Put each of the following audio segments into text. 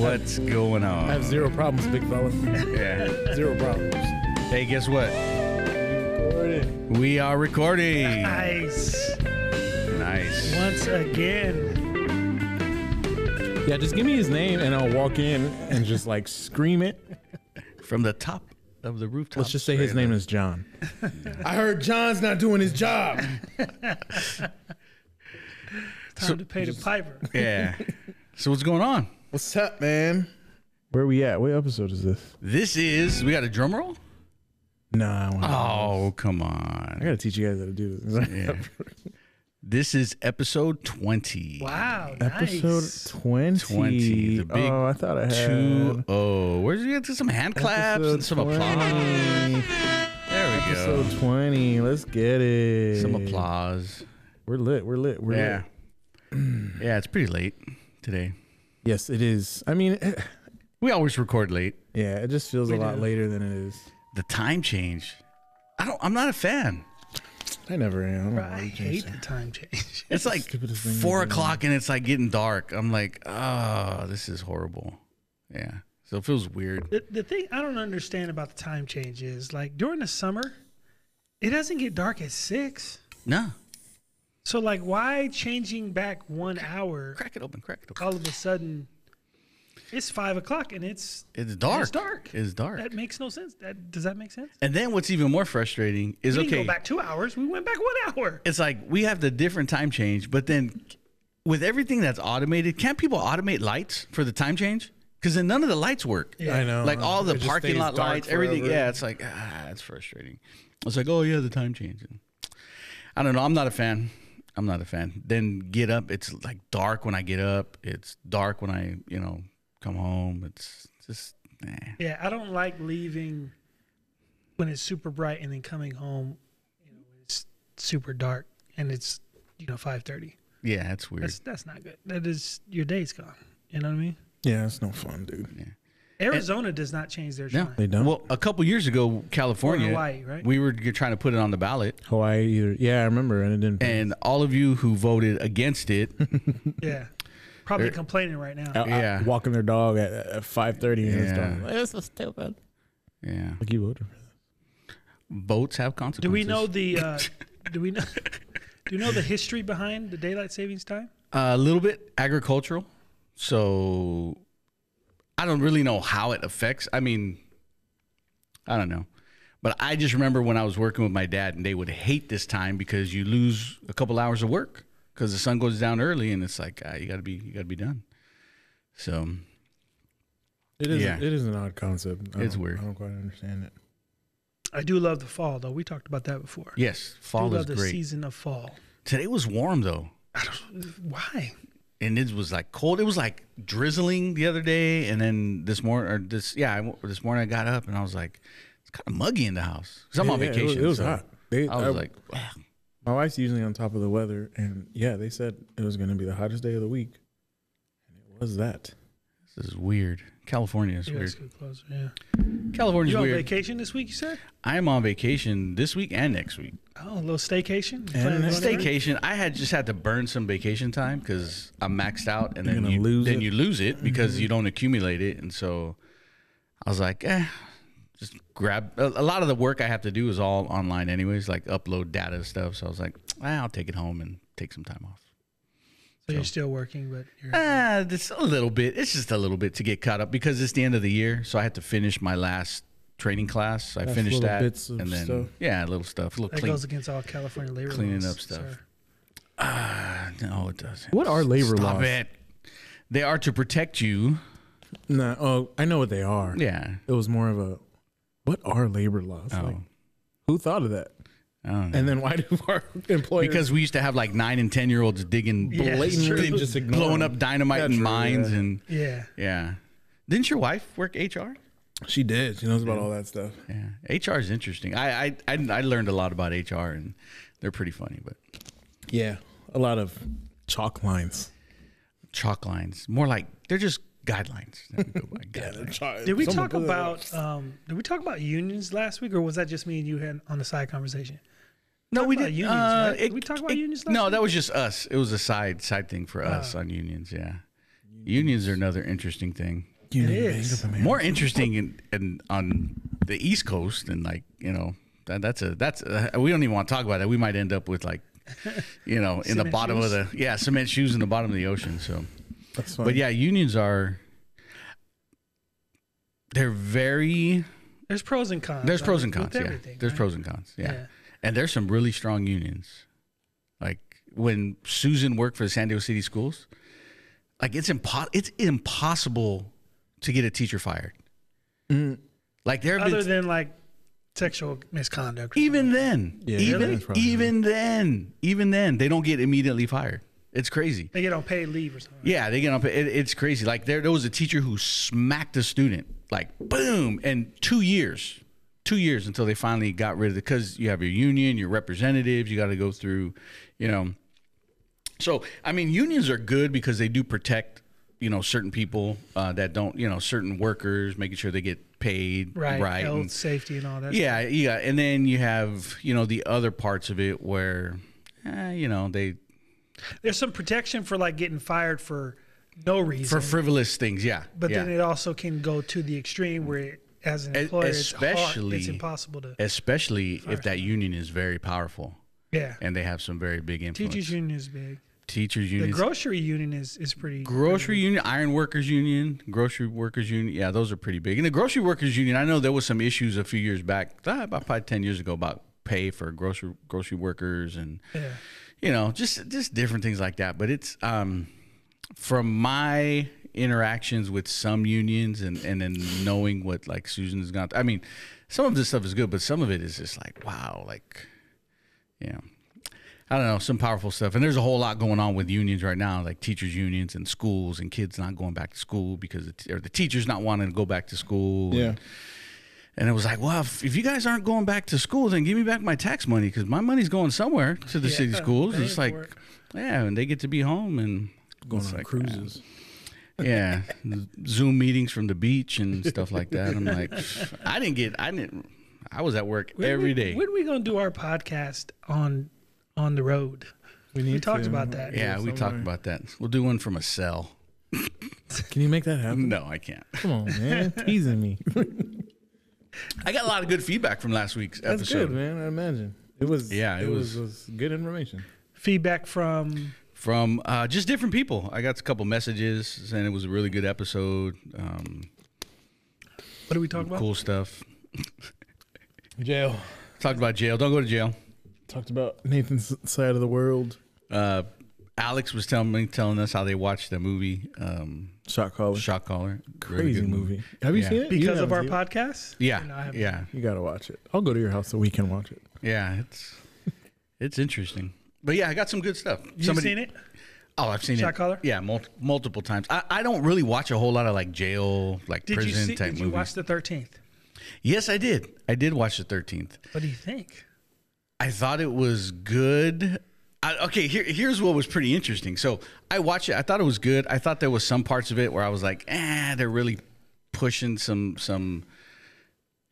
What's going I on? have zero problems, big fella. Yeah. Zero problems. Hey, guess what? We are recording. Nice. Nice. Once again. Yeah, just give me his name and I'll walk in and just like scream it. From the top of the rooftop. Let's just say his name is John. I heard John's not doing his job. Time to pay the piper. Yeah. So what's going on? What's up, man? Where we at? What episode is this? This is we got a drum roll. Nah, I, wanna- Oh come I on! gotta teach you guys how to do this. This is episode twenty. Wow. Episode nice. 20. 20, the big oh, I thought I had. Two oh. Where's you get to some hand claps and some applause? There we go. Episode 20. Let's get it. Some applause. We're lit. We're lit. We're Yeah. lit. Yeah, it's pretty late today. Yes, it is. I mean, eh, We always record late. yeah, it just feels a lot later than it is. The time change. I don't. I'm not a fan. I never am. I hate the time change. It's like stupidest thing four I've ever o'clock and it's like getting dark. I'm like, oh, this is horrible. Yeah. So it feels weird. The, the thing I don't understand about the time change is like during the summer, it doesn't get dark at six. No. So like why changing back one hour Crack it open. Crack it open. all of a sudden it's five o'clock and it's It's dark. It's dark. It's dark. that makes no sense. That does that make sense? and then what's even more frustrating is We didn't okay. go back two hours. We went back one hour. It's like we have the different time change, but then with everything that's automated, can't people automate lights for the time change? Because then none of the lights work. Yeah. I know. like all the It just parking stays lot dark lights, everything. forever. Yeah, it's like ah, it's frustrating. It's like, oh yeah, the time changing. I don't know. I'm not a fan. I'm not a fan. Then get up. It's like dark when I get up. It's dark when I you know come home. It's just nah. Yeah, I don't like leaving when it's super bright and then coming home, you know, when it's super dark and it's you know five thirty. yeah, it's weird. That's that's not good. That is your day's gone. You know what I mean? Yeah, it's no fun, dude. Arizona does not change their No. time. They don't. Well, a couple years ago, California, Hawaii, right? we were g- trying to put it on the ballot, Hawaii either. Yeah, I remember, and it didn't. and all of you who voted against it, Yeah, probably complaining right now. I- I- yeah. walking their dog at, at five thirty in Yeah. the storm. Like, this is stupid. yeah, Like you voted. for that. votes have consequences. Do we know the? Uh, do we know? Do you know the history behind the daylight savings time? A little bit agricultural. So I don't really know how it affects. I mean, I don't know. But I just remember when I was working with my dad, and they would hate this time because you lose a couple hours of work because the sun goes down early, and it's like ah, you gotta be you gotta be done. So It is. Yeah. It is an odd concept. I It's don't- weird. I don't quite understand it. I do love the fall though. We talked about that before. yes, I do fall is love the great. season of fall. Today was warm though, I don't, why? and it was like cold. It was like drizzling the other day, and then this morning or this yeah I w this morning I got up and I was like it's kind of muggy in the house because I'm on Yeah, yeah, it was- vacation. It was so- hot. They, I was like, my wife's usually on top of the weather, and yeah, they said it was going to be the hottest day of the week, and it was that. this is weird. California is You guys weird. get closer, yeah. California's You on weird. vacation this week? You said. I am on vacation this week and next week. Oh, a little staycation. Yeah, Plan on next- going away? Staycation. I had just had to burn some vacation time because I'm maxed out, and You're then gonna you lose then it. Mm-hmm. you lose it because you don't accumulate it, and so I was like, eh, just grab. A, a lot of the work I have to do is all online, anyways, like upload data and stuff. So I was like, ah, I'll take it home and take some time off. So you're still working, but you're Ah, Mm-hmm. just a little bit. It's just a little bit to get caught up because it's the end of the year, so I had to finish my last training class. So I That's finished little that, bits of and then stuff. yeah, little stuff, little that clean. goes against all California labor cleaning laws, up stuff. sir. Ah, no, it doesn't. What are labor Stop laws? it. They are to protect you. No, oh, I know what they are. Yeah. It was more of a, what are labor laws? Oh. Like, who thought of that? I don't know. And then why do our employers? because we used to have like nine and ten year olds digging, Yeah, it's Blatantly true. just ignore blowing them. up dynamite Yeah, in true, mines, yeah. and Yeah. yeah. Didn't your wife work HR? she did. She knows about all that stuff. Yeah, HR is interesting. I, I I I learned a lot about HR, and they're pretty funny. But Yeah, a lot of chalk lines. chalk lines, more like they're just guidelines. "Oh that we go by. Guidelines. Did we talk about um, did we talk about unions last week, or was that just me and you had on the side conversation? No, Talk we about didn't. unions, uh, right? Did we talk about it- unions last No, week? Ah. that was just us. It was a side side thing for us on unions. Yeah, unions are another interesting thing. Union is. Bank of America. More interesting in, in on the East Coast and like you know that, that's a that's a, we don't even want to talk about that. We might end up with like you know in the Cement bottom shoes? of the yeah cement shoes in the bottom of the ocean. So. That's funny. But yeah, unions are they're very There's pros and cons. there's I pros and think, cons. with Yeah. everything, There's right? pros and cons. Yeah. Yeah. And there's some really strong unions. Like when Susan worked for the San Diego City Schools, like it's impo- it's impossible to get a teacher fired. Mm. Like there have Other been than like sexual misconduct. or even then, Yeah, even that's probably- even then, even then, they don't get immediately fired. It's crazy. They get on paid leave or something. Yeah, they get up. It, it's crazy. Like there, there was a teacher who smacked a student, like boom, and two years, two years until they finally got rid of it. Because you have your union, your representatives, you got to go through, you know. So I mean, unions are good because they do protect, you know, certain people uh, that don't, you know, certain workers, making sure they get paid right, Right. Right. Health, and- safety, and all that. yeah, yeah, and then you have you know the other parts of it where, eh, you know, they There's some protection for like getting fired for no reason. for frivolous things. Yeah, but yeah. then it also can go to the extreme where it, as an E- employer, it's, hard, it's especially- e-, impossible to. especially if that union is very powerful Yeah. and they have some very big influence. Teachers union is big. Teachers The unions, grocery union is is pretty. grocery union, iron workers union, grocery workers union. Yeah, those are pretty big. And the grocery workers union, I know there was some issues a few years back, ah, about probably ten years ago, about pay for grocery grocery workers and Yeah. you know just just different things like that. But it's um, from my interactions with some unions and and then knowing what like Susan has gone. I mean, some of this stuff is good, but some of it is just like wow, like yeah. I don't know, some powerful stuff. And there's a whole lot going on with unions right now, like teachers' unions and schools and kids not going back to school because the t- or the teachers not wanting to go back to school. Yeah. And, and it was like, well, if, if you guys aren't going back to school, then give me back my tax money because my money's going somewhere to the city Yeah, schools. paying It's like, for it. yeah, and they get to be home and Going it's on like, uh, cruises. yeah, Zoom meetings from the beach and stuff like that. I'm like, I didn't get, I didn't, I was at work When every we- day. When are we gonna do our podcast on on the road? need talked to- about that. yeah, we talked somewhere. about that. We'll do one from a cell. Can you make that happen? No, I can't. Come on, man. Teasing me. I got a lot of good feedback from last week's That's episode. good, man. I imagine. It was. Yeah, It, it was, was- was good information. Feedback from From uh, just different people. I got a couple messages saying it was a really good episode. Um, what do we talk about? cool stuff. Jail. Talked about jail. Don't go to jail. Talked about Nathan's side of the world. Uh, Alex was telling me, telling us how they watched the movie um, Shot caller. Shot Caller. Really Crazy good movie. Have you Yeah. seen it? You Because of haven't our seen it. podcast? Yeah, No, I haven't. yeah, You gotta watch it. I'll go to your house so we can watch it. yeah. It's it's interesting. But yeah, I got some good stuff. You've seen it? Oh, I've seen Shot it. Caller? Yeah, mul- multiple times. I, I don't really watch a whole lot of like jail, like Did prison you see? type Did you movies. watch the thirteenth? yes, I did. I did watch the Thirteenth. What do you think? I thought it was good. I, okay, here, here's what was pretty interesting. So I watched it. I thought it was good. I thought there was some parts of it where I was like, eh, they're really pushing some some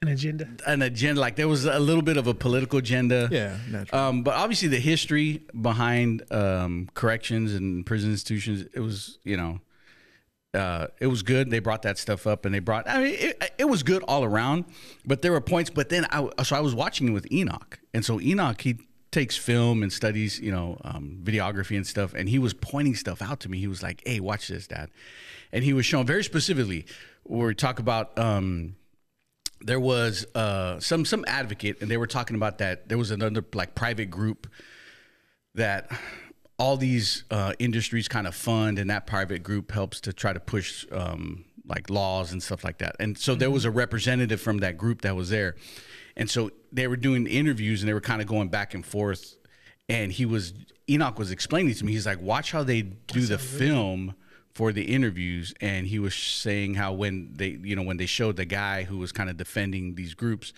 An agenda. an agenda. Like there was a little bit of a political agenda. Yeah, natural. Um, but obviously the history behind um, corrections and prison institutions, it was you know, uh, it was good. They brought that stuff up, and they brought. I mean, it, it was good all around. But there were points. But then I so I was watching it with Enoch, and so Enoch he takes film and studies you know um, videography and stuff, and he was pointing stuff out to me. He was like, "Hey, watch this, Dad," and he was showing very specifically where we talk about. Um, there was uh, some some advocate, and they were talking about that. There was another like private group that all these uh, industries kind of fund, and that private group helps to try to push um, like laws and stuff like that. And so there was a representative from that group that was there, and so they were doing interviews, and they were kind of going back and forth. And he was Enoch was explaining to me. He's like, watch how they do the film for the interviews and he was saying how when they you know when they showed the guy who was kind of defending these groups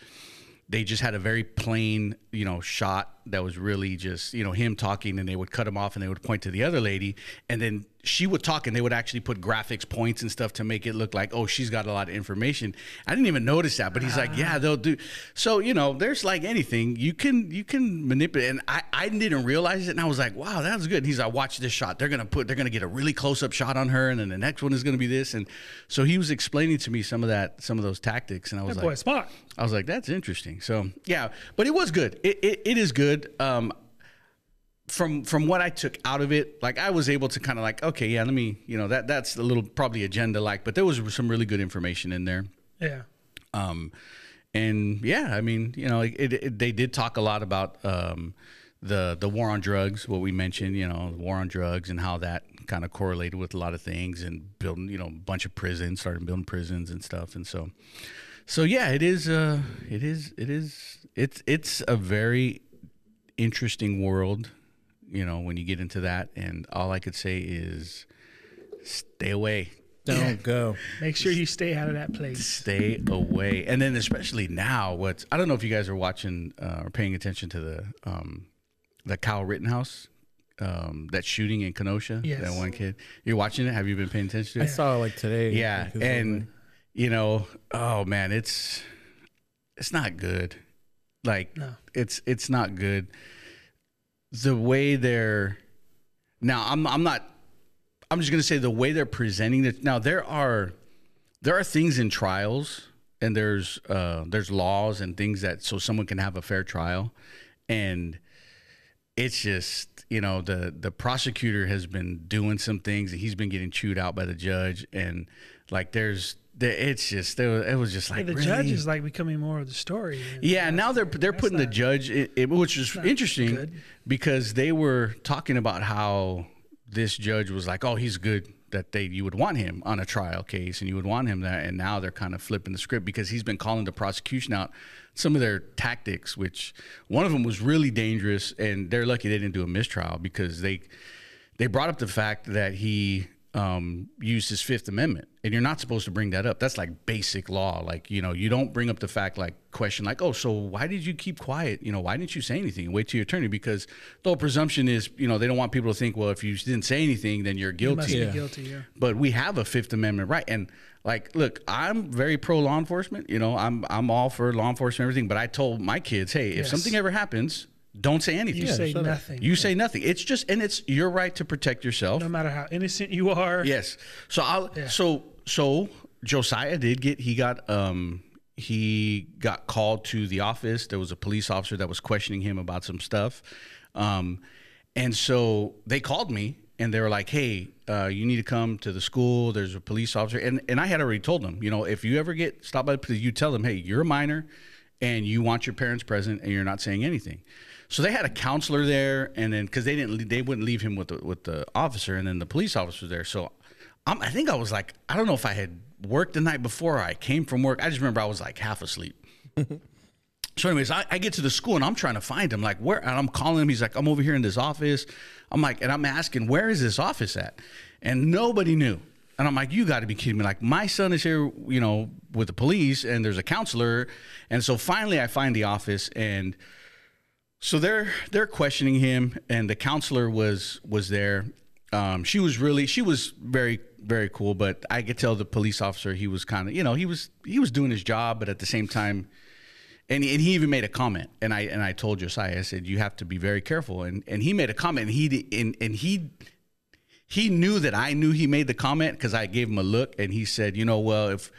they just had a very plain you know shot that was really just you know him talking and they would cut him off and they would point to the other lady and then she would talk and they would actually put graphics points and stuff to make it look like oh she's got a lot of information i didn't even notice that but he's like yeah they'll do so you know there's like anything you can you can manipulate and i i didn't realize it and i was like wow that was good and he's like watch this shot they're gonna put they're gonna get a really close-up shot on her and then the next one is gonna be this and so he was explaining to me some of that some of those tactics and i was That like boy's smart. I was like, that's interesting. So yeah, but it was good. It it, it is good. Um, from from what I took out of it, like I was able to kind of like, okay, yeah, let me, you know, that that's a little probably agenda like, but there was some really good information in there. Yeah. Um, and yeah, I mean, you know, it, it, they did talk a lot about um, the the war on drugs, what we mentioned, you know, the war on drugs and how that kind of correlated with a lot of things and building, you know, a bunch of prisons, started building prisons and stuff, and so, so yeah, it is, uh, it is, it is, it's it's a very interesting world, you know, when you get into that, and all I could say is, stay away. Don't go. Make sure you stay out of that place. Stay away. And then especially now, what's I don't know if you guys are watching uh, or paying attention to the um, the Kyle Rittenhouse um, that shooting in Kenosha. Yes. That one kid. You're watching it. Have you been paying attention I to it? saw it like today. Yeah. because it was And you know, oh man, it's it's not good. Like No. it's it's not good. The way they're now, I'm I'm not. I'm just gonna say the way they're presenting it. Now there are there are things in trials and there's uh, there's laws and things that so someone can have a fair trial, and it's just you know the the prosecutor has been doing some things and he's been getting chewed out by the judge and like there's there, it's just there it was just like the really? judge is like becoming more of the story. Yeah, now they're they're putting the not- judge, i i- which is not interesting good. because they were talking about how this judge was like, oh, he's good that they you would want him on a trial case and you would want him there, and now they're kind of flipping the script because he's been calling the prosecution out some of their tactics, which one of them was really dangerous, and they're lucky they didn't do a mistrial because they they brought up the fact that he um, used his Fifth Amendment, and you're not supposed to bring that up. That's like basic law. Like you know, you don't bring up the fact like question like, oh, so why did you keep quiet? You know, why didn't you say anything? Wait till your attorney because the whole presumption is you know they don't want people to think well if you didn't say anything then you're You must guilty. be guilty. Yeah. But we have a Fifth Amendment right, and like, look, I'm very pro law enforcement. You know, I'm I'm all for law enforcement and everything. But I told my kids, hey, if Yes. something ever happens, don't say anything. You say shut up. nothing. You say nothing. It's just, and it's your right to protect yourself. no matter how innocent you are. Yes. So I'll. Yeah. So so Josiah did get. He got. Um. He got called to the office. There was a police officer that was questioning him about some stuff. Um, and so they called me and they were like, "Hey, uh, you need to come to the school. There's a police officer." And and I had already told them, you know, if you ever get stopped by the police, you tell them, "Hey, you're a minor." and you want your parents present and you're not saying anything. So they had a counselor there, and then because they didn't, they wouldn't leave him with the, with the officer, and then the police officer was there. So I'm, I think I was like, I don't know if I had worked the night before. Or I came from work. I just remember I was like half asleep. So, anyways, I, I get to the school and I'm trying to find him. Like, where? And I'm calling him. He's like, I'm over here in this office. I'm like, and I'm asking, where is this office at? And nobody knew. And I'm like, you got to be kidding me. Like, my son is here, you know, with the police and there's a counselor. And so finally I find the office and so they're they're questioning him, and the counselor was was there. Um, she was really she was very very cool, but I could tell the police officer he was kind of you know he was he was doing his job, but at the same time, and and he even made a comment, and I and I told Josiah I said you have to be very careful, and and he made a comment, and he di- and and he he knew that I knew he made the comment because I gave him a look, and he said, "You know, well, if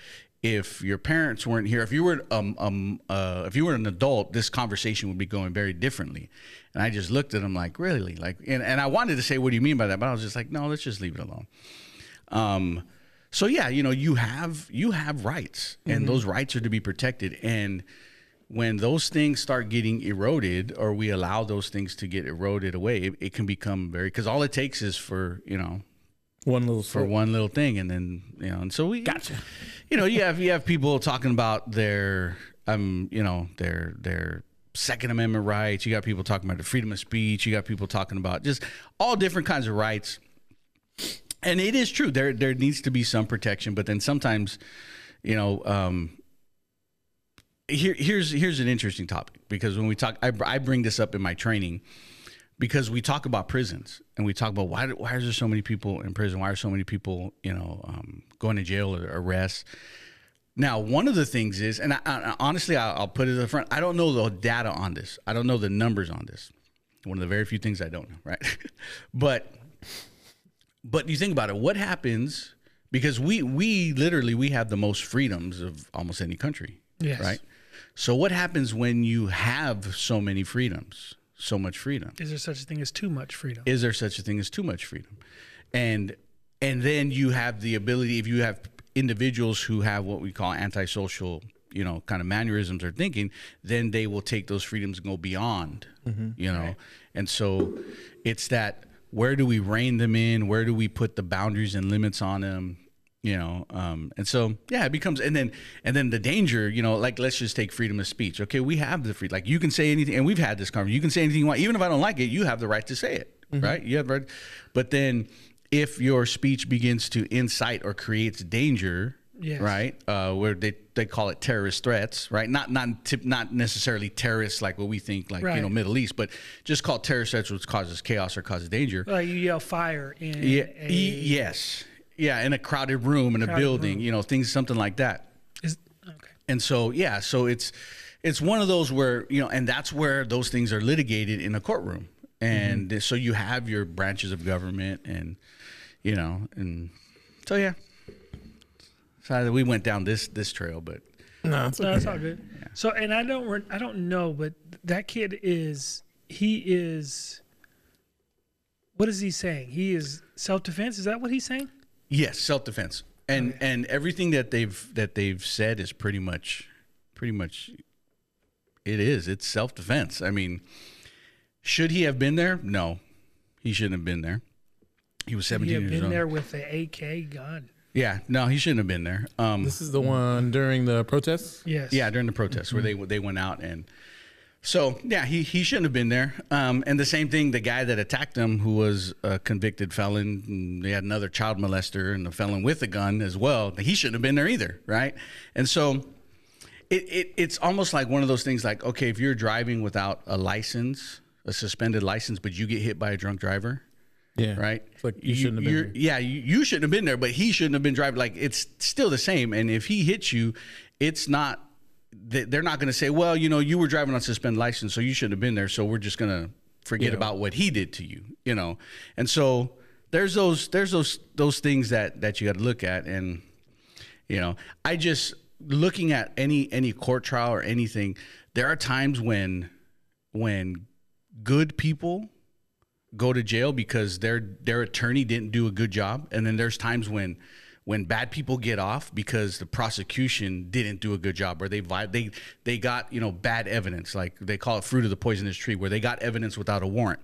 if your parents weren't here, if you were um um uh, if you were an adult, this conversation would be going very differently." And I just looked at him like, "Really?" Like, and and I wanted to say, "What do you mean by that?" But I was just like, "No, let's just leave it alone." Um, so yeah, you know, you have you have rights, and those rights are to be protected. And when those things start getting eroded, or we allow those things to get eroded away, it, it can become very because all it takes is for you know one little for slip. one little thing, and then you know, and so we gotcha. You know, you have you have people talking about their um, you know, their their Second Amendment rights. You got people talking about the freedom of speech. You got people talking about just all different kinds of rights. And it is true there there needs to be some protection, but then sometimes, you know, um, here here's here's an interesting topic because when we talk, I, I bring this up in my training because we talk about prisons and we talk about why do- why is there so many people in prison? Why are so many people you know um, going to jail or arrest? Now, one of the things is, and I, I, honestly, I, I'll put it in the front. I don't know the data on this. I don't know the numbers on this. One of the very few things I don't know, right? but but you think about it. What happens? Because we we literally we have the most freedoms of almost any country, Yes. right? So what happens when you have so many freedoms, so much freedom? Is there such a thing as too much freedom? is there such a thing as too much freedom and and then you have the ability if you have individuals who have what we call antisocial you know kind of mannerisms or thinking then they will take those freedoms and go beyond you know and so it's that where do we rein them in where do we put the boundaries and limits on them you know um and so yeah it becomes and then and then the danger you know like let's just take freedom of speech okay we have the free like you can say anything and we've had this conversation you can say anything you want even if i don't like it you have the right to say it Mm-hmm. right you have the right but then if your speech begins to incite or creates danger Yes. right uh where they they call it terrorist threats right not not tip, not necessarily terrorists like what we think like you know Right. middle east but just call terrorist threats which causes chaos or causes danger Like you yell fire in yeah. a, e- yes. Yeah. In a crowded room, in a Crowded building, you know, things, something like that. is, okay. And so, yeah. So it's, it's one of those where, you know, and that's where those things are litigated in a courtroom. And Mm-hmm. so you have your branches of government and, you know, and so, yeah. So we went down this, this trail, but No, it's No, that's all good. So, and I don't, re- I don't know, but that kid is, he is. What is he saying? He is self-defense. Is that what he's saying? yes, self-defense and, Oh, and everything that they've, that they've said is pretty much, pretty much it is. It's self-defense. I mean, Should he have been there? No, he shouldn't have been there. He was He 17 had years been old. there with the AK gun. Yeah, no, he shouldn't have been there. Um, This is the one during the protests. Yes. yeah, during the protests where they they went out and so yeah, he he shouldn't have been there. Um, and the same thing, the guy that attacked him, who was a convicted felon, and they had another child molester and a felon with a gun as well. He shouldn't have been there either, right? And so. It, it, it's almost like one of those things like okay if you're driving without a license a suspended license but you get hit by a drunk driver Yeah. right? It's like you, shouldn't have been. you're- here. Yeah, you, you shouldn't have been there, but he shouldn't have been driving. Like it's still the same. And if he hits you, it's not. they- They're not going to say, well, you know, you were driving on suspended license, so you shouldn't have been there. So we're just going to forget about what he did to you, you know. And so there's those there's those those things that that you got to look at. And you know, I just looking at any any court trial or anything. There are times when when good people go to jail because their their attorney didn't do a good job and then there's times when when bad people get off because the prosecution didn't do a good job or they vi- they they got you know bad evidence like they call it fruit of the poisonous tree where they got evidence without a warrant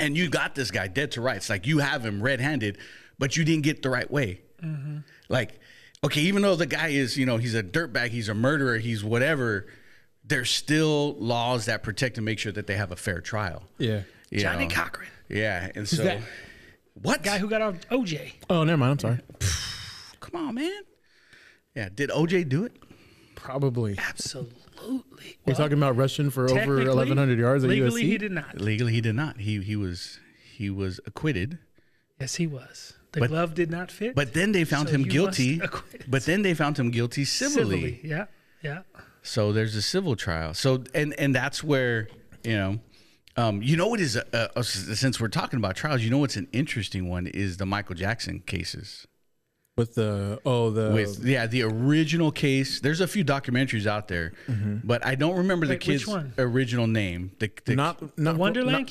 and you got this guy dead to rights like you have him red-handed but you didn't get the right way Mm-hmm. like okay even though the guy is you know he's a dirtbag he's a murderer he's whatever there's still laws that protect and make sure that they have a fair trial Yeah. you Johnny know? Cochran, Yeah, and so that? what? guy who got off OJ. Oh, never mind. I'm sorry. Come on, man. Yeah, did OJ do it? Probably. Absolutely. We're Well, talking about rushing for over technically, 1,100 yards at Legally, USC. he did not. Legally, he did not. He he was he was acquitted. Yes, he was. The But- glove did not fit. But then they found So him you guilty. must acquit. But then they found him guilty civilly. civilly, yeah, yeah. So there's a civil trial. So and and that's where you know. Um, you know what is uh, uh, since we're talking about trials, you know what's an interesting one is the Michael Jackson cases. With the oh the With yeah, the original case. There's a few documentaries out there, Mm-hmm. but I don't remember the Wait, kid's which one? original name. The, the not not Wonderland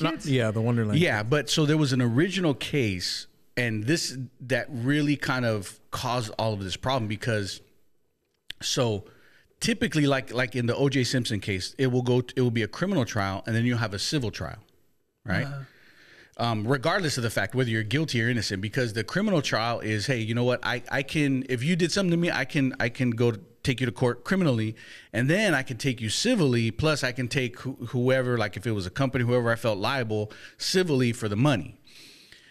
not- not- kids? yeah, the Wonderland. Yeah, but so there was an original case, and this that really kind of caused all of this problem because so typically, like like in the O.J. Simpson case, it will go it will be a criminal trial, and then you'll have a civil trial, right? Um, regardless of the fact whether you're guilty or innocent, because the criminal trial is, hey, you know what? I, I can if you did something to me, I can I can go to- take you to court criminally, and then I can take you civilly. Plus, I can take wh- whoever, like if it was a company, whoever I felt liable civilly for the money.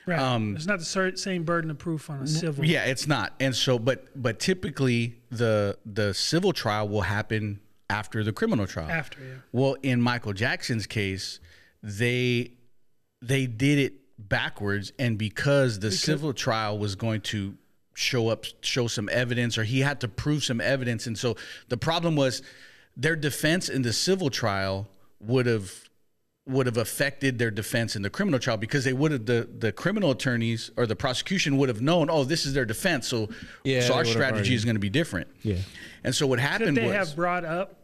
Right. Um, it's not the cer- same burden of proof on a civil. Yeah, it's not. And so, but but typically the the civil trial will happen after the criminal trial. After, yeah. Well, in Michael Jackson's case, they they did it backwards and because the civil trial was going to show up show some evidence or he had to prove some evidence and so the problem was their defense in the civil trial would have would have affected their defense in the criminal trial because they would have the the criminal attorneys or the prosecution would have known oh this is their defense so Yeah, so they our would have strategy already- is going to be different Yeah. and so what happened Did they was have brought up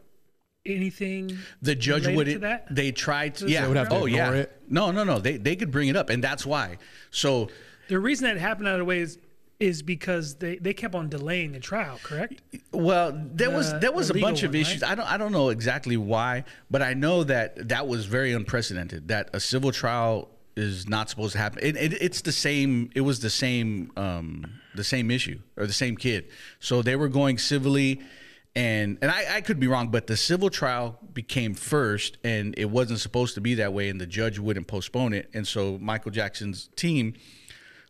anything? the judge related would to that? they tried to yeah They would have to oh yeah ignore it? no no no they they could bring it up and that's why so The reason that happened out of the way is is because they, they kept on delaying the trial, correct? well there was The- there was the a bunch legal of one, issues I don't I don't know exactly why but I know that that was very unprecedented that a civil trial is not supposed to happen it, it, it's the same it was the same um the same issue or the same kid so they were going civilly and and I, I could be wrong but the civil trial became first and it wasn't supposed to be that way and the judge wouldn't postpone it and so Michael Jackson's team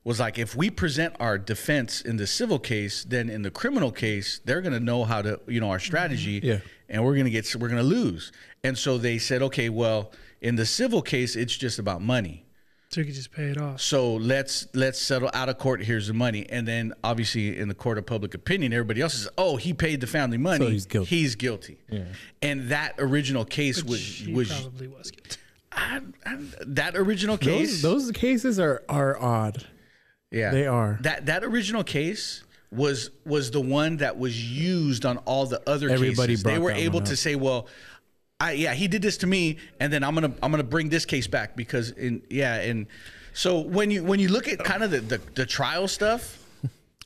was like if we present our defense in the civil case then in the criminal case they're going to know how to you know our strategy Yeah. and we're going to get we're going to lose and so they said okay well in the civil case it's just about money So you could just pay it off. so let's let's settle out of court here's the money and then obviously in the court of public opinion everybody else is oh he paid the family money So he's guilty. he's guilty and that original case was She was probably was guilty. I, I, that original case Those those cases are are odd. Yeah. They are. That that original case was was the one that was used on all the other Everybody cases. They brought were that able one to up. say, well, I yeah, he did this to me and then I'm going to I'm going to bring this case back because in yeah, and so when you when you look at kind of the the, the trial stuff,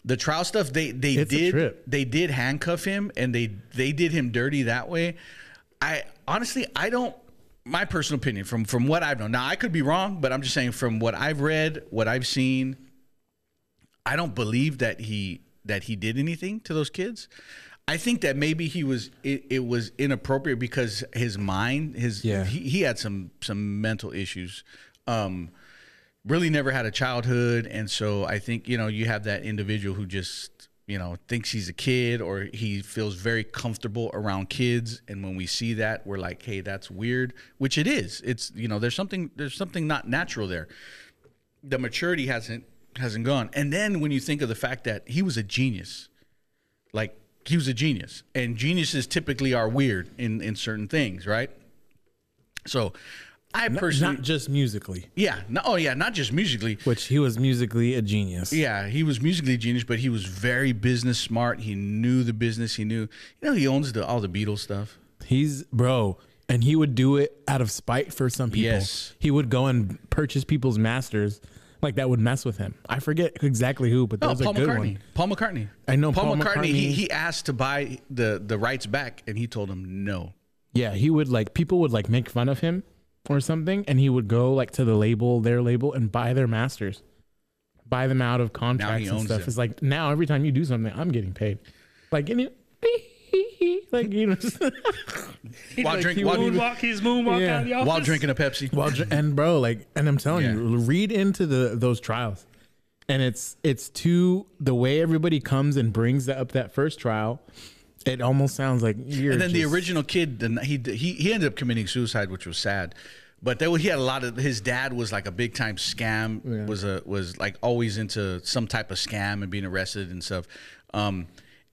the trial stuff they they It's a did trip. they did handcuff him and they they did him dirty that way. I honestly I don't my personal opinion from from what I've known. Now I could be wrong, but I'm just saying from what I've read, what I've seen, I don't believe that he that he did anything to those kids. I think that maybe he was it, it was inappropriate because his mind his Yeah. he, he had some some mental issues. Um really never had a childhood and so I think you know you have that individual who just you know thinks he's a kid or he feels very comfortable around kids and when we see that we're like hey that's weird which it is it's you know there's something there's something not natural there the maturity hasn't hasn't gone. And then when you think of the fact that he was a genius, like he was a genius, and geniuses typically are weird in in certain things, right? So, I personally, Not just musically, yeah, no, oh yeah, not just musically. which he was musically a genius. Yeah, he was musically a genius, but he was very business smart. He knew the business. He knew, you know, he owns the all the Beatles stuff. He's bro, and he would do it out of spite for some people. Yes. He would go and purchase people's masters. Like that would mess with him. I forget exactly who, but that Oh, was Paul a good McCartney. one. Paul McCartney. I know Paul, Paul McCartney. He, McCartney- he asked to buy the the rights back, and he told him no. Yeah, he would like people would like make fun of him or something, and he would go like to the label, their label, and buy their masters, buy them out of contracts and owns stuff. them. It's like now every time you do something, I'm getting paid. Like and it, like you know, While Like, drink- he while- moonwalk, he's moonwalk Yeah. out of the office. While drinking a Pepsi. Well, dr- and bro, like, and I'm telling you, read into the those trials, and it's it's to the way everybody comes and brings that up that first trial. It almost sounds like you're And then the just- original kid, the, he he he ended up committing suicide, which was sad. But there, were- he had a lot of his dad was like a big time scam. Was a was like always into some type of scam and being arrested and stuff. Um,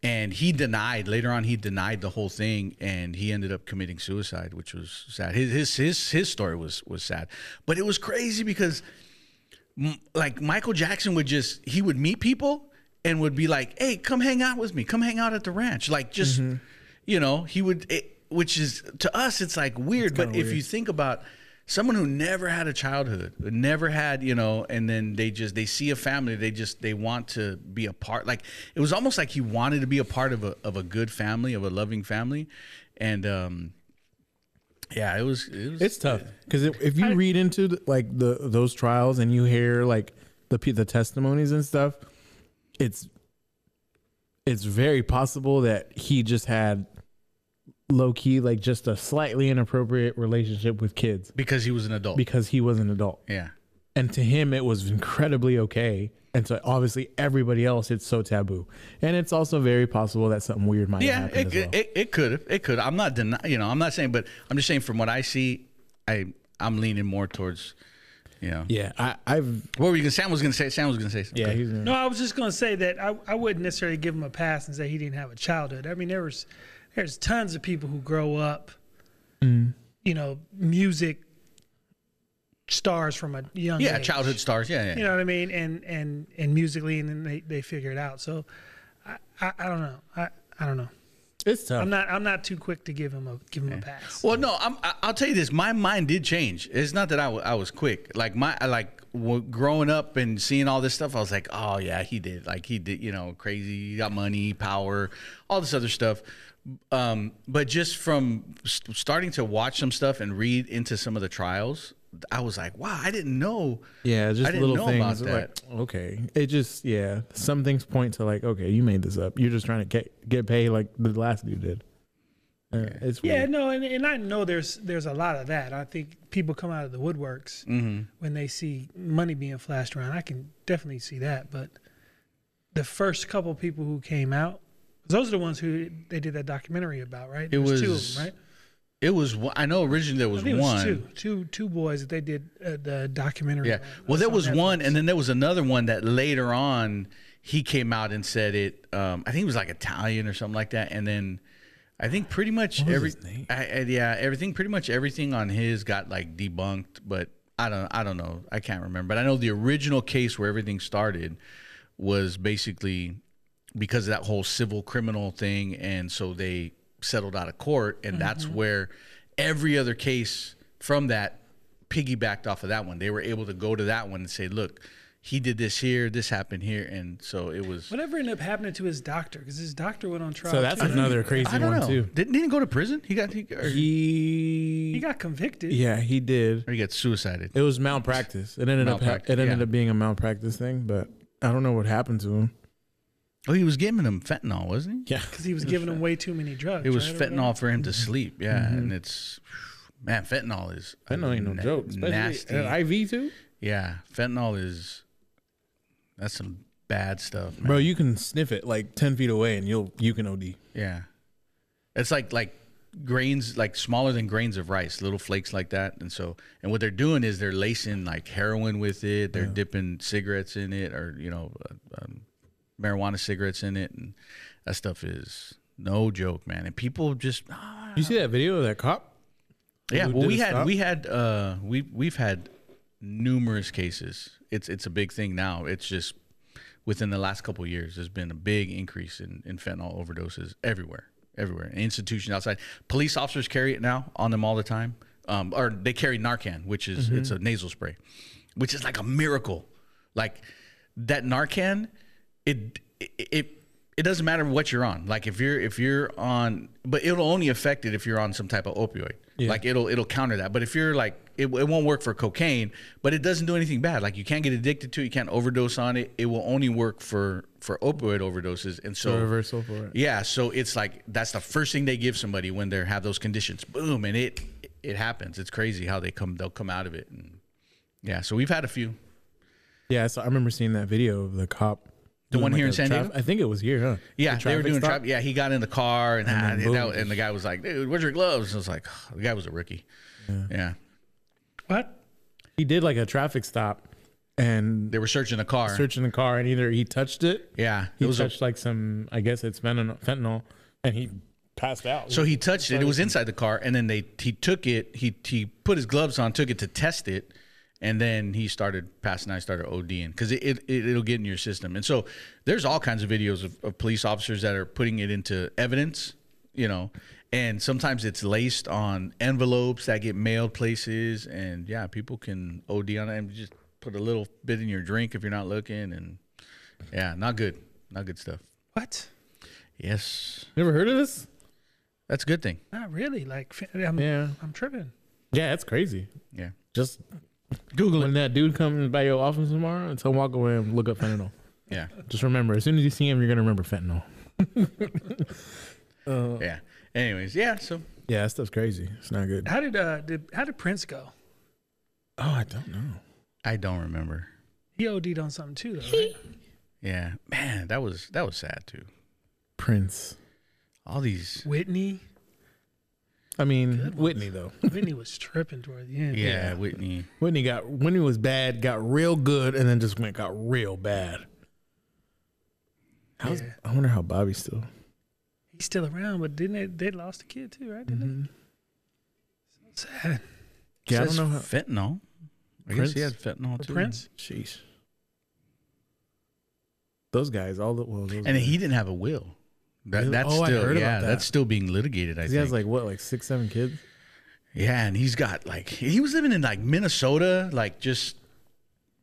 and he denied later on. He denied the whole thing, and he ended up committing suicide, which was sad. His his his his story was was sad, but it was crazy because like Michael Jackson would just he would meet people and would be like, "Hey, come hang out with me. Come hang out at the ranch." Like just you know, he would it, which is to us it's like weird, but if you think about someone who never had a childhood, who never had, you know, and then they just they see a family, they just they want to be a part. Like it was almost like he wanted to be a part of a of a good family, of a loving family. And um yeah, it was it was It's tough because if, if you read into the, like the those trials and you hear like the pe- the testimonies and stuff, it's it's very possible that he just had low key like just a slightly inappropriate relationship with kids because he was an adult. because he was an adult. yeah. and to him it was incredibly okay and so obviously everybody else it's so taboo and it's also very possible that something weird might Yeah, happen it, as well it, it could have. It could. I'm not denying. You know, I'm not saying, but I'm just saying from what I see, I I'm leaning more towards. Yeah. Yeah, I, I've What were you gonna? Sam was gonna say. Sam was gonna say. Something. yeah. He's No, I was just gonna say that I, I wouldn't necessarily give him a pass and say he didn't have a childhood. I mean, there was there's tons of people who grow up, you know, music stars from a young Yeah, age. childhood stars. Yeah, yeah. You know what I mean? And and and musically, and then they, they figure it out. So, I, I, I don't know. I, I don't know. it's tough. I'm not I'm not too quick to give him a give him a pass. Well, no, I'm, I- I'll tell you this. My mind did change. It's not that I wa- I was quick. Like my I like w- growing up and seeing all this stuff, I was like, oh yeah, he did. Like he did. You know, crazy. He got money, power, all this other stuff. Um, but just from st- starting to watch some stuff and read into some of the trials, I was like, wow, I didn't know. yeah, I just didn't little know things. about like, okay, it just yeah. Some things point to like okay, you made this up. You're just trying to get get paid like the last dude did. Uh, It's Yeah, weird. no, and, and I know there's there's a lot of that. I think people come out of the woodworks Mm-hmm. when they see money being flashed around. I can definitely see that, but the first couple people who came out, those are the ones who they did that documentary about, right? There two of was them, right? It was. one- I know originally there I was think it one. was two, two, two boys that they did uh, the documentary. Yeah. on. Well, It's there on was one, Netflix. and then there was another one that later on he came out and said it. Um, I think it was like Italian or something like that. And then I think pretty much was every his name? I, I- yeah everything pretty much everything on his got like debunked, but I don't I don't know I can't remember. But I know the original case where everything started was basically because of that whole civil criminal thing, and so they settled out of court, Mm-hmm. and that's where every other case from that piggybacked off of that one. They were able to go to that one and say, look, he did this here, this happened here, and so it was. whatever ended up happening to his doctor because his doctor went on trial. So that's too. another crazy I one don't know. too. Didn't, didn't he go to prison? He got he, or, He He got convicted. yeah, he did. or he got suicided. It was malpractice. It ended up Malpractice, it ended yeah. up being a malpractice thing, but I don't know what happened to him. Oh, he was giving him fentanyl, wasn't Yeah, Because he was giving him way too many drugs. he? It was right, or whatever. fentanyl for him to Mm-hmm. sleep. Yeah, and it's man, fentanyl is fentanyl ain't no na- joke. Especially Nasty. an IV too, yeah, fentanyl is that's some bad stuff, man. bro. You can sniff it like ten feet away, and you'll you can OD. Yeah. It's like like grains like smaller than grains of rice, little flakes like that. And so and what they're doing is they're lacing like heroin with it. They're dipping cigarettes in it or you know uh, um, marijuana cigarettes in it and that stuff is no joke, man. And people just You see that video of that cop? yeah, Who well, did we a had stop? we had uh we we've had numerous cases. It's it's a big thing now. It's just within the last couple of years, there's been a big increase in, in fentanyl overdoses everywhere, everywhere. Institutions outside, police officers carry it now on them all the time, um, or they carry Narcan, which is Mm-hmm. it's a nasal spray, which is like a miracle. Like that Narcan, it it. it it doesn't matter what you're on. Like if you're if you're on, but it'll only affect it if you're on some type of opioid. Like it'll it'll counter that. But if you're like it, it won't work for cocaine, but it doesn't do anything bad. Like you can't get addicted to it, you can't overdose on it. It will only work for for opioid overdoses. And so Reversal for it. yeah, so it's like that's the first thing they give somebody when they have those conditions. Boom, and it it happens. It's crazy how they come they'll come out of it. And yeah, so we've had a few. Yeah, so I remember seeing that video of the cop. The doing, one here in a San Diego? I think it was here, huh? Yeah, The they were traffic doing stop. trap. Yeah, he got in the car and ah, then that- boom. and the guy was like, "Dude, where's your gloves?" And I was like, "The guy was a rookie." Yeah. What? He did like a traffic stop, and they were searching the car. searching the car, and either he touched it, yeah, he it was a- touched like some, I guess it's fentanyl, fentanyl and he passed out. so he touched it. It was inside the car, and then they he took it. He he put his gloves on, took it to test it, and then he started passing. I started ODing because it, it, it it'll get in your system. And so there's all kinds of videos of, of police officers that are putting it into evidence. You know, and sometimes it's laced on envelopes that get mailed places, and yeah, people can OD on it and just put a little bit in your drink if you're not looking, and yeah, not good, not good stuff. What? Yes, You ever heard of this? that's a good thing. Not really. Like, fi- I'm, Yeah. I'm tripping. Yeah, that's crazy. Yeah. Just Google when that dude comes by your office tomorrow and tell him walk away and look up fentanyl. Yeah. Just remember, as soon as you see him, you're gonna remember fentanyl. Yeah. Anyways, yeah. So Yeah, that stuff's crazy. It's not good. How did uh, did how did Prince go? Oh, I don't know. I don't remember. He OD'd on something too, though. Right? Yeah, man, that was that was sad too. Prince. All these Whitney. I mean, Whitney though. Whitney was tripping toward the end. Yeah, Whitney. Whitney got Whitney was bad, got real good, and then just went got real bad. How's, Yeah. I wonder how Bobby's still. He's still around, but didn't they? They lost a kid too, right? Didn't they? So sad. Yeah, I Says don't know. How, fentanyl. I guess Prince? he had fentanyl Or too. Prince. sheesh. Those guys, all the well, those And guys. he didn't have a will. That, Really? that's Oh, I still heard about yeah, that. that's still being litigated. I he think. has like what, like six, seven kids. yeah, and he's got like he was living in like Minnesota, like just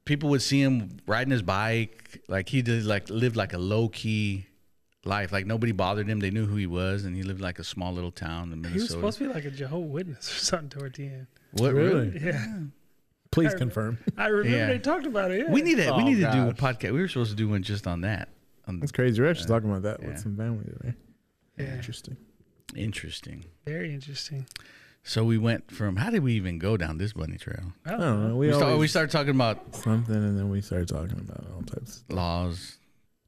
people would see him riding his bike. Like he did like lived like a low key life. Like nobody bothered him. They knew who he was, and he lived in, like a small little town in He was Minnesota. supposed to be like a Jehovah Witness or something toward the end. what really? Yeah, Please confirm. I remember Yeah. they talked about it. Yeah. We need to we Oh, need to do a gosh. podcast. We were supposed to do one just on that. On That's crazy. We're actually talking about that Yeah. with some family today. Yeah. Interesting. interesting. Very interesting. So we went from how did we even go down this bunny trail? I I don't don't know. We, We, start, we always started talking about something, and then we started talking about all types of laws,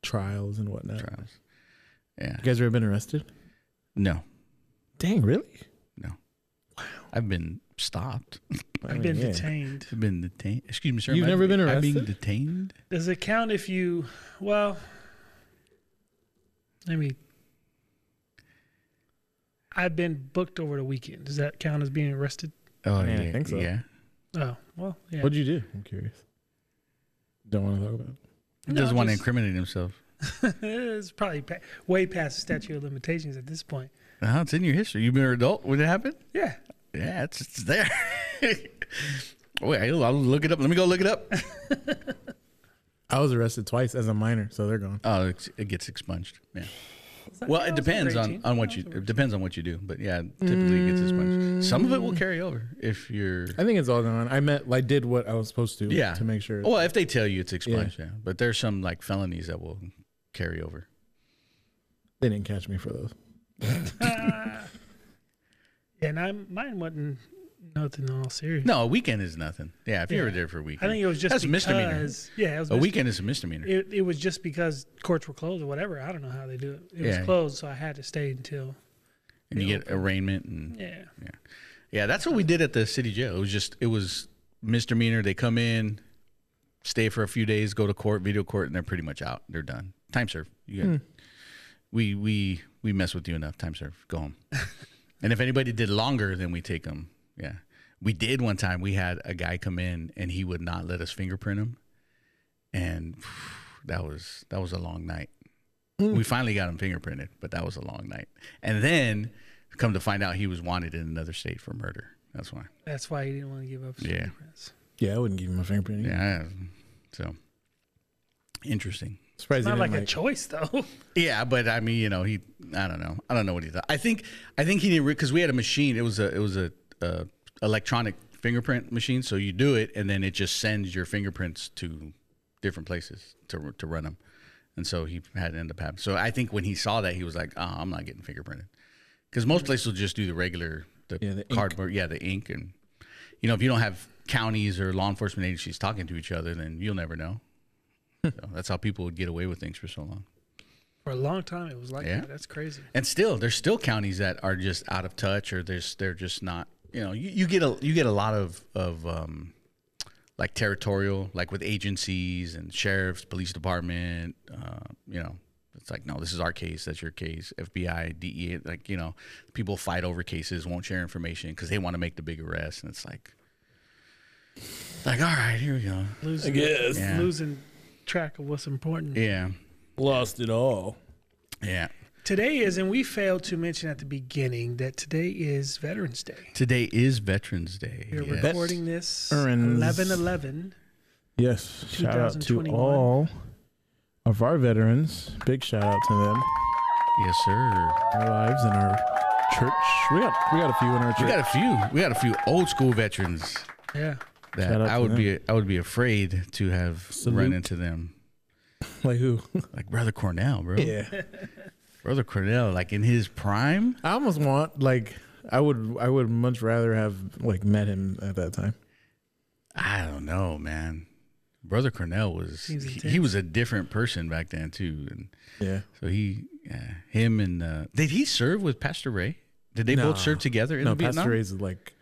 trials and whatnot. trials. Yeah. You guys ever been arrested? No, Dang, really? I've been stopped. I I've been mean, yeah. detained. I've been detained. Excuse me, sir. You've am I- never been am I being arrested? detained. Does it count if you? Well, let me. I've been booked over the weekend. Does that count as being arrested? Oh Yeah, I think so. Yeah. Oh well, yeah. What'd you do? I'm curious. Don't want to talk about. It. He No, doesn't want to just- incriminate himself. it's probably pa- way past the statute of limitations at this point. No, Uh-huh. it's in your history. You've been an adult when it happened. Yeah, Yeah, it's, it's there. Wait, I'll, I'll look it up. Let me go look it up. I was arrested twice as a minor, so they're gone. Oh, it's- it gets expunged. Yeah. It's like, Well, yeah, I it was over depends on, 18. on I what you was Mm. over it depends on what you do, but yeah, typically it gets expunged. Some of it will carry over if you're I think it's all gone. I meant like did what I was supposed to. Yeah. Oh, To make sure. Well, if they tell you it's expunged, yeah. But there's some like felonies that will carry over. they didn't catch me for those. Yeah, and I'm, mine wasn't nothing all serious. No, a weekend is nothing. Yeah, if you were Yeah. there for a weekend, I think it was just that's a because, misdemeanor. Yeah, it was A mis- weekend is a misdemeanor. It, it was just because courts were closed or whatever. I don't know how they do it. It Yeah. was closed, so I had to stay until and you get arraignment and yeah. yeah, that's what we did at the city jail. It was just it was misdemeanor. They come in, stay for a few days, go to court, video court, and they're pretty much out. They're done. Time serve. You get, We we we mess with you enough. Time serve. Go home. and if anybody did longer, then we take them. Yeah, we did one time. We had a guy come in and he would not let us fingerprint him, and that was that was a long night. We finally got him fingerprinted, but that was a long night. And then come to find out, he was wanted in another state for murder. That's why. That's why he didn't want to give up. his Yeah. fingerprints. Yeah, I wouldn't give you my fingerprint. Yeah. Yeah. So interesting. Surprised It's they not didn't, like, like, a choice though. Yeah, but I mean, you know, he. I don't know. I don't know what he thought. I think. I think he didn't because we had a machine. It was a. It was a, uh electronic fingerprint machine. So you do it, and then it just sends your fingerprints to different places to to run them. And so he had to end up having. So I think when he saw that, he was like, "Ah, I'm not getting fingerprinted," because most places will just do the regular, the, Yeah, the ink. cardboard, yeah, the ink, and you know, if you don't have counties or law enforcement agencies talking to each other, then you'll never know. so that's how people would get away with things for so long. For a long time, it was like Yeah. that. That's crazy. And still, there's still counties that are just out of touch, or there's they're just not. You know, you, you get a you get a lot of of um, like territorial, like with agencies and sheriffs, police department. Uh, you know, it's like no, this is our case. That's your case. FBI, DEA. E Like you know, people fight over cases, won't share information because they want to make the big arrest, and it's like, like all right, here we go. Losing, guess. Yeah. losing track of what's important. Yeah, lost it all. yeah. Today is, and we failed to mention at the beginning that today is Veterans Day. Today is Veterans Day. We're Yes. recording this Veterans. 11 11. Yes. Shout out to 2021. all of our veterans. Big shout out to them. yes, sir. Our lives and our church. We got we got a few in our We church. got a few. We got a few old school veterans. Yeah. that Shout out I to would them. be I would be afraid to have run Salute. into them. like who? Like Brother Cornell, bro. yeah. Brother Cornell, like in his prime. I almost want like I would I would much rather have like met him at that time. I don't know, man. Brother Cornell was he, Seems he intense. was a different person back then too, and Yeah. uh, so he, yeah, him and uh, did he serve with Pastor Ray? Did they No. both serve together in no, Vietnam? Pastor Ray's is like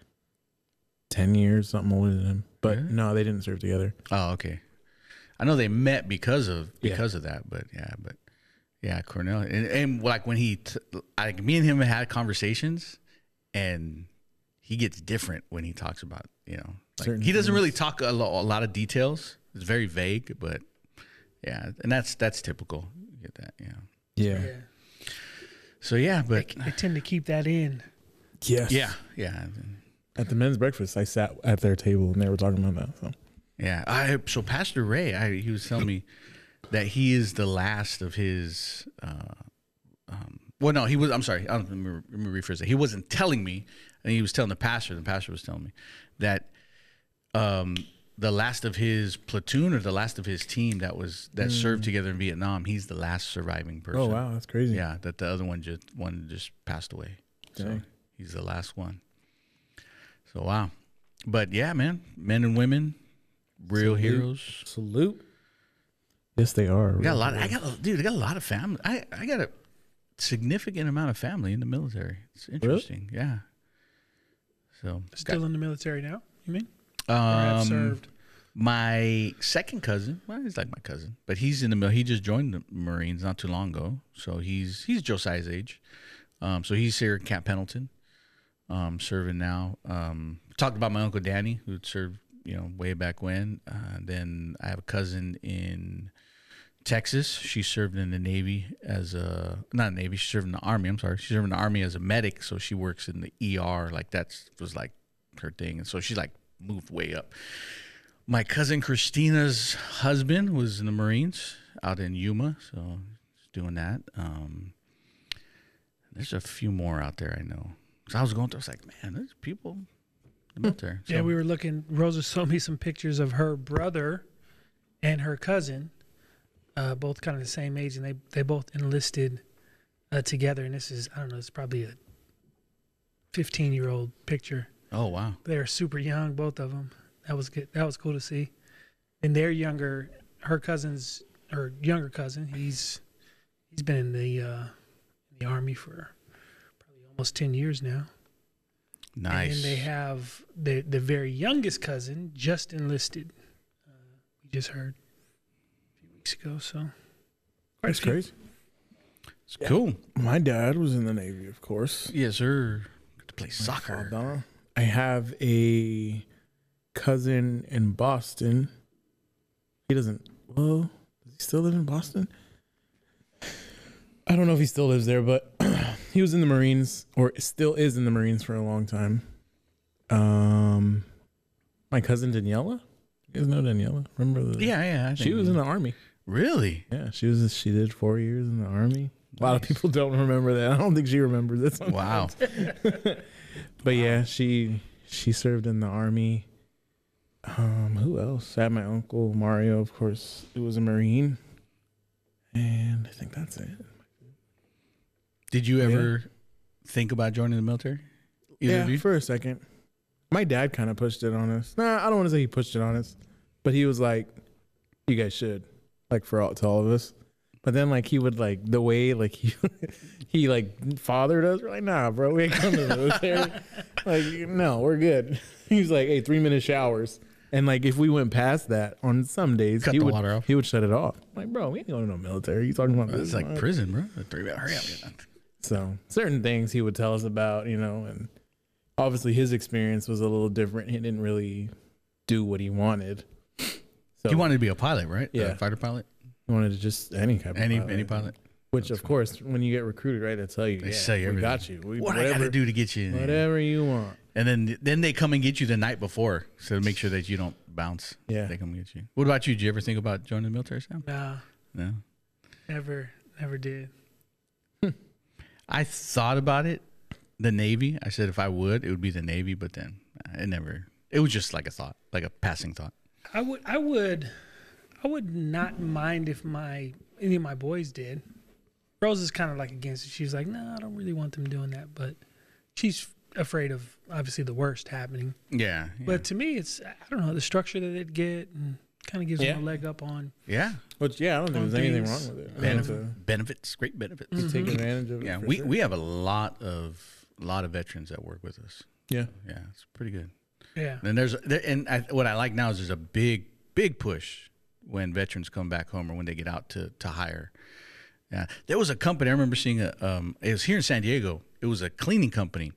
ten years, something older than him. But Really? no, they didn't serve together. Oh, okay. I know they met because of Yeah. because of that, but yeah, but yeah, Cornell and, and like when he, t- like me and him had conversations, and he gets different when he talks about you know like, Certain he doesn't really talk a, lo- a lot of details. It's very vague, but yeah, and that's that's typical. You get that? Yeah. Yeah. Yeah. So yeah, They, but they tend to keep that in. Yes. yeah, yeah, At the men's breakfast, I sat at their table and they were talking about that. So yeah. I so Pastor Ray, I, he was telling me that he is the last of his. Uh, um, Well, no, he was. I'm sorry. I don't, let, me, let me rephrase that. He wasn't telling me, and he was telling the pastor. The pastor was telling me that um, the last of his platoon or the last of his team that was that served together in Vietnam, he's the last surviving person. oh wow, that's crazy. Yeah, that the other one just one just passed away. So Dang. he's the last one. So wow, but yeah, man, men and women, Salute. real heroes. Salute. Yes, they are. I got a lot. I got a- dude. I got a lot of family. I I got a significant amount of family in the military. It's interesting. Yeah. So Still in the military now, you mean? got- Or have um, served. my second cousin. Well, he's like my cousin, but he's in the mil- he just joined the Marines not too long ago. So he's he's Josiah's age. Um, so he's here at Camp Pendleton, um, serving now. Um, talked about my uncle Danny, who served you know way back when. Uh, then I have a cousin in Texas. She served in the Navy as a not Navy. She served in the Army. I'm sorry. She served in the Army as a medic. So she works in the ER. Like that's was like her thing. And so she's like moved way up. My cousin Christina's husband was in the Marines out in Yuma. So he's doing that. Um, there's a few more out there I know. So I was going through. I was like, man, there's people in the military. So, Yeah, we were looking. Rosa showed me some pictures of her brother and her cousin, uh, both kind of the same age, and they they both enlisted uh, together. And this is I don't know, it's probably a fifteen year old picture. oh wow. They're super young, both of them. That was good. That was cool to see. And they're younger. Her cousin's her younger cousin. He's he's been in the uh, in the army for probably almost ten years now. Nice. And then they have the the very youngest cousin just enlisted. Uh, we just heard a few weeks ago. So That's crazy. it's cool. My dad was in the Navy, of course. Yes, sir. Got to play soccer. Aldana. I have a cousin in Boston. He doesn't. Well, does he still live in Boston? I don't know if he still lives there, but he was in the Marines or still is in the Marines for a long time. Um, my cousin Daniela. You guys know Daniela? Remember the? Yeah, yeah. I She think- was in the army. really. Yeah, she was. She did four years in the army. A lot of Nice. people don't remember that. I don't think she remembers it. sometimes. Wow. But yeah, she she served in the army. Um, who else? I had my uncle Mario, of course, who was a Marine. And I think that's it. Did you ever think about joining the military? Either yeah, of you? for a second. My dad kind of pushed it on us. Nah, I don't want to say he pushed it on us, but he was like, "You guys should," like for all to all of us. But then, like he would like the way like he he like fathered us. We're like, "Nah, bro, we ain't come to the military. like, no, we're good." He was like, "Hey, three minute showers." And like if we went past that on some days, Cut he the would water off. he would shut it off. I'm like, bro, we ain't going to no military. You talking about It's this? like Nah." prison, bro. A Three hurry up. man. So certain things he would tell us about, you know, and obviously his experience was a little different. He didn't really do what he wanted. So You wanted to be a pilot, right? A Yeah. fighter pilot. he wanted to just any kind of Any any pilot. Which of course, when you get recruited, right, they tell you, They yeah, sell you we everything. got you. We, What I whatever, got to do to get you, in. whatever you want. and then then they come and get you the night before, so to make sure that you don't bounce. Yeah. they come and get you. What about you? Did you ever think about joining the military, Sam? nah, No. never never did. I thought about it, the Navy. I said if I would, it would be the Navy, but then uh, it never. It was just like a thought, like a passing thought. I would I would I would not mind if my any of my boys did. Rose is kind of like against it. She's like, no, I don't really want them doing that, but she's afraid of obviously the worst happening. Yeah, yeah. But to me, it's I don't know the structure that it get and kind of gives Yeah. them a leg up on. yeah, Which yeah, I don't Mm-hmm. think All there's anything things. wrong with it. I mean, Benef- to, benefits, great benefits. to take advantage of it. Yeah, for we, sure. we have a lot of a lot of veterans that work with us. Yeah. Yeah, it's pretty good. Yeah. And there's there, and I, what I like now is there's a big big push when veterans come back home or when they get out to to hire. Yeah, there was a company I remember seeing. A, um, it was here in San Diego. It was a cleaning company,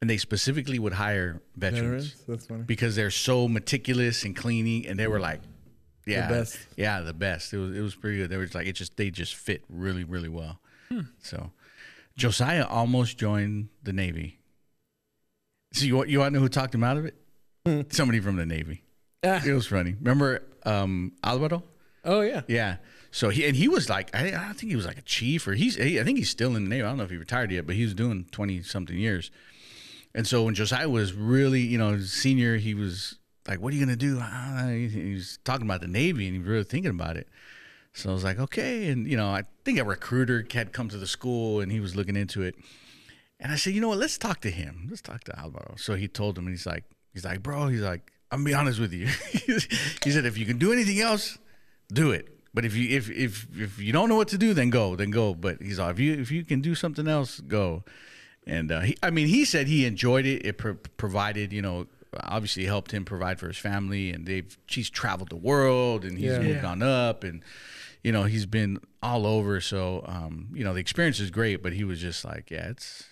and they specifically would hire veterans Veterans? That's funny. because they're so meticulous and cleaning, and they were like, yeah, best. yeah, the best. It was it was pretty good. They were just like it just they just fit really really well. So, Josiah almost joined the Navy. So you want- you want to know who talked him out of it? Somebody from the Navy. Ah. It was funny. Remember um, Alvaro? Oh yeah. Yeah. So he and he was like I, I don't think he was like a chief or he's he, I think he's still in the Navy. I don't know if he retired yet, but he was doing twenty something years. And so when Josiah was really you know senior, he was like, "What are you gonna do?" Ah, he, he was talking about the Navy and he was really thinking about it. So I was like, "Okay," and you know I think a recruiter had come to the school and he was looking into it. And I said, you know what? Let's talk to him. Let's talk to Alvaro. So he told him, and he's like, he's like, bro, he's like, I'm gonna be honest with you. he said, if you can do anything else, do it. But if you if if if you don't know what to do, then go, then go. But he's like, if you if you can do something else, go. And uh, he, I mean, he said he enjoyed it. It pro- provided, you know, obviously helped him provide for his family, and they've she's traveled the world, and he's Yeah. moved Yeah. on up, and you know he's been all over. So um, you know the experience is great, but he was just like, yeah, it's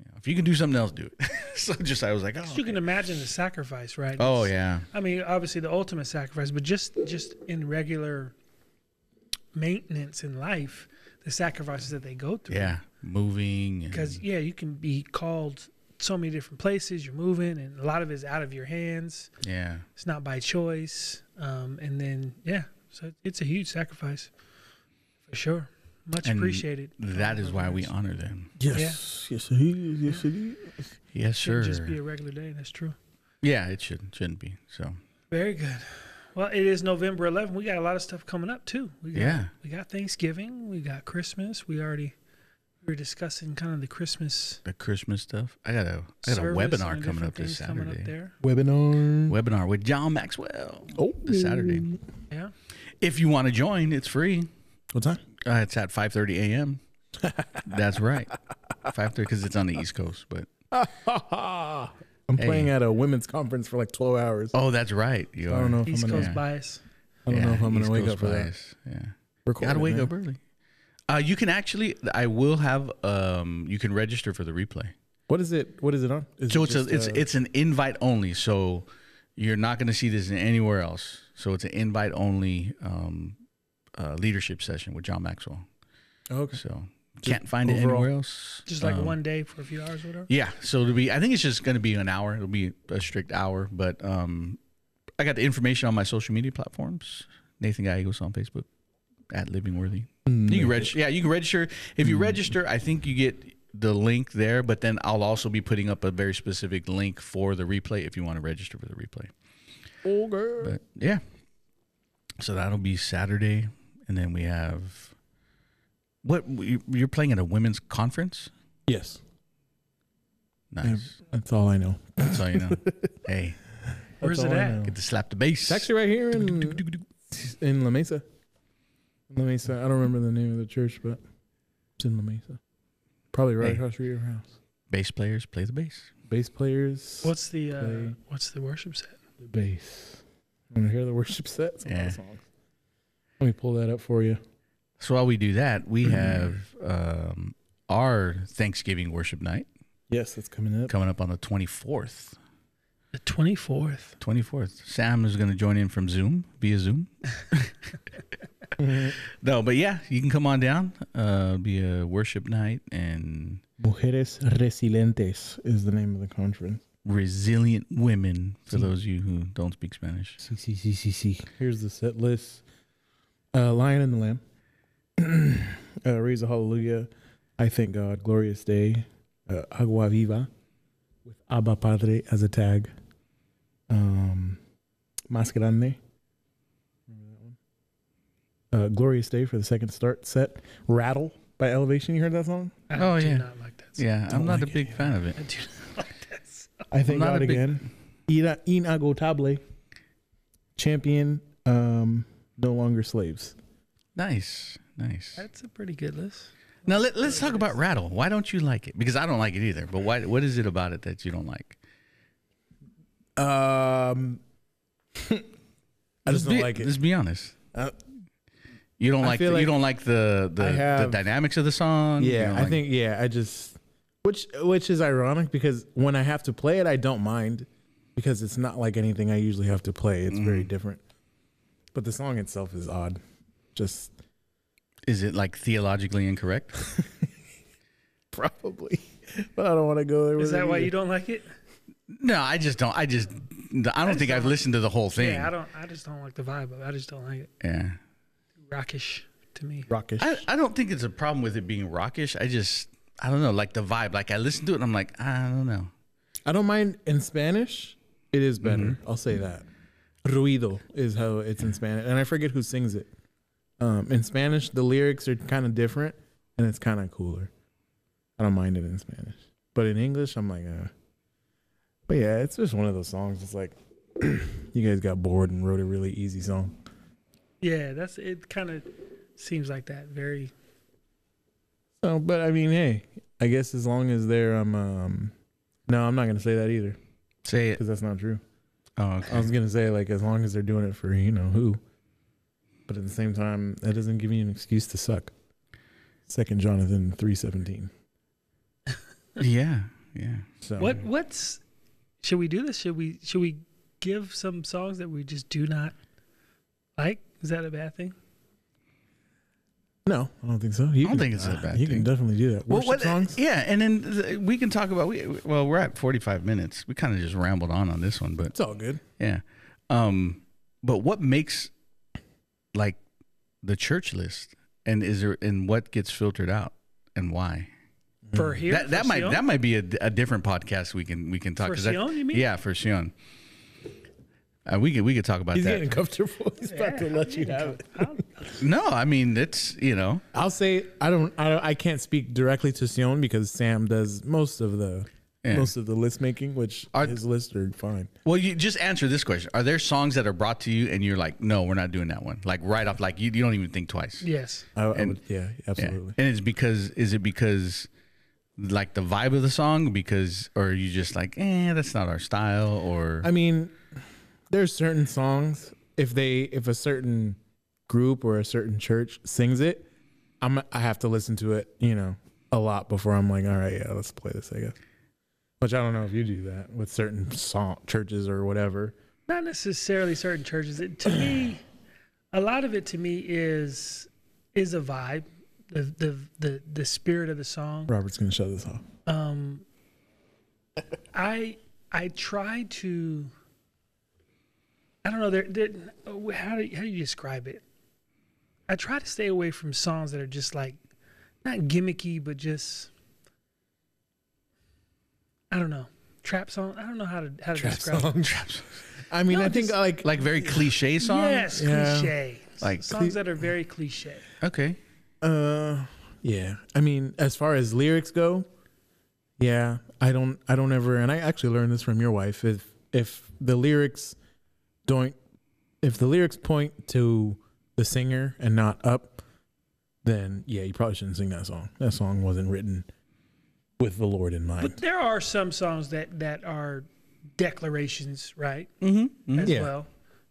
you know, if you can do something else, do it. so just I was like, oh, You can imagine the sacrifice, right? oh yeah, I mean, obviously the ultimate sacrifice, but just just in regular maintenance in life, the sacrifices that they go through. yeah, moving. and- Because yeah, you can be called so many different places. You're moving, and a lot of it is out of your hands. yeah, It's not by choice. Um, and then yeah, so it's a huge sacrifice for sure. Much And appreciated. that is why we honor them. Yes. Yes it is. Yes it is. Yes, sir. Should just be a regular day. That's true. yeah, it should shouldn't be. So Very good. Well, it is November 11th. We got a lot of stuff coming up too. We got, Yeah. we got Thanksgiving. We got Christmas. We already we were discussing kind of the Christmas. the Christmas stuff. I got a I got a service webinar and the coming different up this things coming Saturday. up there. Webinar. Webinar with John Maxwell Oh. this Saturday. Yeah. If you want to join, it's free. What time? Uh, it's at 5:30 a.m. That's right, 5:30 because it's on the East Coast. But I'm playing at a women's conference for like 12 hours. oh, that's right. You I are. don't know if East I'm Coast gonna. Yeah. bias. I don't know if I'm gonna East wake Coast up for that. bias. Yeah. Record Gotta it, wake man. up early. Uh, you can actually, I will have. Um, you can register for the replay. What is it? What is it on? Is So it it's a, just, it's uh, it's an invite only. So you're not going to see this anywhere else. So it's an invite only um, uh, leadership session with John Maxwell. oh, okay. So Just can't find it overall? anywhere else. Just like Um, one day for a few hours or whatever. Yeah, so it'll be. I think it's just going to be an hour. It'll be a strict hour, but um, I got the information on my social media platforms. Nathan Gallegos on Facebook at Living Worthy. You can register. Yeah, you can register. If you register, I think you get the link there. But then I'll also be putting up a very specific link for the replay if you want to register for the replay. Okay. But yeah, so that'll be Saturday, and then we have what you- you're playing at a women's conference. Yes. Nice. That's all I know. That's all you know. hey, That's Where's it all I at? know. get to slap the bass. It's actually right here in in La Mesa. La Mesa. I don't remember the name of the church, but it's in La Mesa. Probably right Hey. across from your house. bass players play the bass. Bass players. What's the uh, Play. what's the worship set? the bass? I'm gonna hear the worship set. It's a lot Yeah. of songs. Let me pull that up for you. So while we do that, we have um, our Thanksgiving worship night Yes, that's coming up. coming up on the 24th. The 24th. 24th. Sam is going to join in from Zoom via Zoom. No, but yeah, you can come on down. Uh, it'll be a worship night and Mujeres Resilientes is the name of the conference. resilient women for Sí. those of you who don't speak Spanish. C C C C C. Here's the set list: uh, Lion and the Lamb, uh, Raise a Hallelujah, I Thank God, Glorious Day, uh, Agua Viva, with Abba Padre as a tag, um, Mas Grande. Remember that one? Uh, Glorious Day for the second start set, Rattle by Elevation. You heard that song? I Oh, do yeah. not like that. set. Yeah, I'm Don't not like a it big either. fan of it. I do not like that. set. I thank not a God big- again. Ira inagotable. Champion, um, no longer slaves. Nice, nice. That's a pretty good list. Now let, let's talk about rattle. Why don't you like it? Because I don't like it either. But why? What is it about it that you don't like? Um, I just don't be, like it. Let's be honest. Uh, You don't I like the, feel you like don't like the the, I the have- dynamics of the song. You Yeah, don't I like- think yeah, I just which which is ironic because when I have to play it, I don't mind because it's not like anything I usually have to play. It's very different. But the song itself is odd. Just is it like theologically incorrect? probably, but I don't want to go there. Is with that it why either. you don't like it? No, I just don't. I just I don't think I've listened to the whole thing. Yeah, I don't. I just don't like the vibe of. it. I just don't like it. Yeah. Rockish to me. rockish? I, I don't think it's a problem with it being rockish. I just I don't know, like the vibe. Like I listen to it and I'm like, I don't know. I don't mind in Spanish. It is better. I'll say that. Ruido is how it's in Spanish, and I forget who sings it. Um, in Spanish, the lyrics are kind of different, and it's kind of cooler. I don't mind it in Spanish, but in English, I'm like, uh. but yeah, it's just one of those songs. It's like you guys got bored and wrote a really easy song. Yeah, that's it. Kind of seems like that. Very. So, but I mean, hey, I guess as long as they're um, um no, I'm not gonna say that either Say it. because that's not true. Oh, okay. I was gonna say like as long as they're doing it for you know who, but at the same time that doesn't give you an excuse to suck. Second Jonathan three seventeen. yeah, yeah. So What? What's? Should we do this? Should we? Should we give some songs that we just do not like? Is that a bad thing? No, I don't think so. You I don't think it's a bad You thing. can definitely do that. Well, Worship what- songs. Yeah, and then th- we can talk about we. Well, we're at 45 minutes. We kind of just rambled on on this one, but It's all good. yeah. Um, but what makes like the church list, and is there and what gets filtered out, and why? For here, Mm. that that for might Sion? that might be a, a different podcast we can we can talk. For 'cause that- Sion, you mean? Yeah, for Sion. Uh, we could we could talk about He's that. getting comfortable. He's about to let you have it. no, I mean it's you know I'll say I don't. I don't. I can't speak directly to Sion because Sam does most of the Yeah. most of the list making, which Are- his lists are fine. well you just answer this question. Are there songs that are brought to you and you're like, no, we're not doing that one. Like right off, like you, you don't even think twice. Yes. I, I And- would, yeah, Yeah. absolutely. And it's because is it because like the vibe of the song because or are you just like eh that's not our style or I mean, there's certain songs if they if a certain group or a certain church sings it, I'm I have to listen to it, you know, a lot before I'm like, all right, yeah, let's play this, I guess. Which I don't know if you do that with certain song churches or whatever. Not necessarily certain churches. It, to me, a lot of it to me is is a vibe, the the the, the spirit of the song. Robert's gonna shut this off. um i i try to i don't know there, there how do you, how do you describe it i try to stay away from songs that are just like not gimmicky but just i don't know trap song i don't know how to how to describe it I mean, No, I think just- like like very cliche songs? yes Yeah. cliche Like- like songs that are very cliche Okay. Uh, yeah. I mean, as far as lyrics go, yeah, I don't, I don't ever, and I actually learned this from your wife. If if the lyrics don't, if the lyrics point to the singer and not up, then yeah, you probably shouldn't sing that song. That song wasn't written with the Lord in mind. but there are some songs that that are declarations right Mm-hmm. as Yeah. well.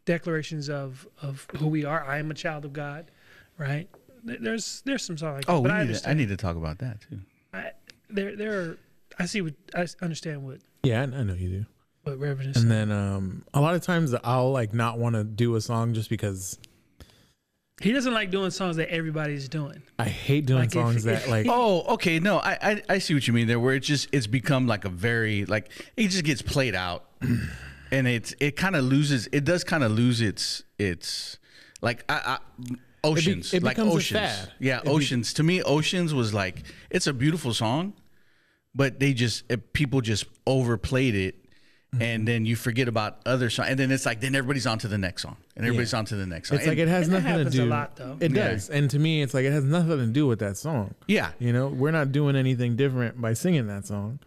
Declarations of of who we are. I am a child of God, right? There- There's there's some song like that, Oh, we but need to, I I understand. need to talk about that too. I, there there are. I see what I s- understand what Yeah, I, I know you do. what Reverend is. And saying. then um, a lot of times I'll like not want to do a song just because He doesn't like doing songs that everybody's doing. I hate doing Like, if- songs that if- like Oh, okay. No, I, I I see what you mean there. Where it just it's become like a very like it just gets played out, and it's it kind of loses. It does kind of lose its its like I, I oceans. it like becomes a oceans. fad. Yeah, It be- oceans. to me, oceans was like it's a beautiful song, but they just it, people just overplayed it. Mm-hmm. And then you forget about other songs, and then it's like then everybody's on to the next song, and everybody's on to the next song. It's And- like it has and that nothing happens to a do. lot, though. It Yeah. does, and to me, it's like it has nothing to do with that song. yeah, You know, we're not doing anything different by singing that song.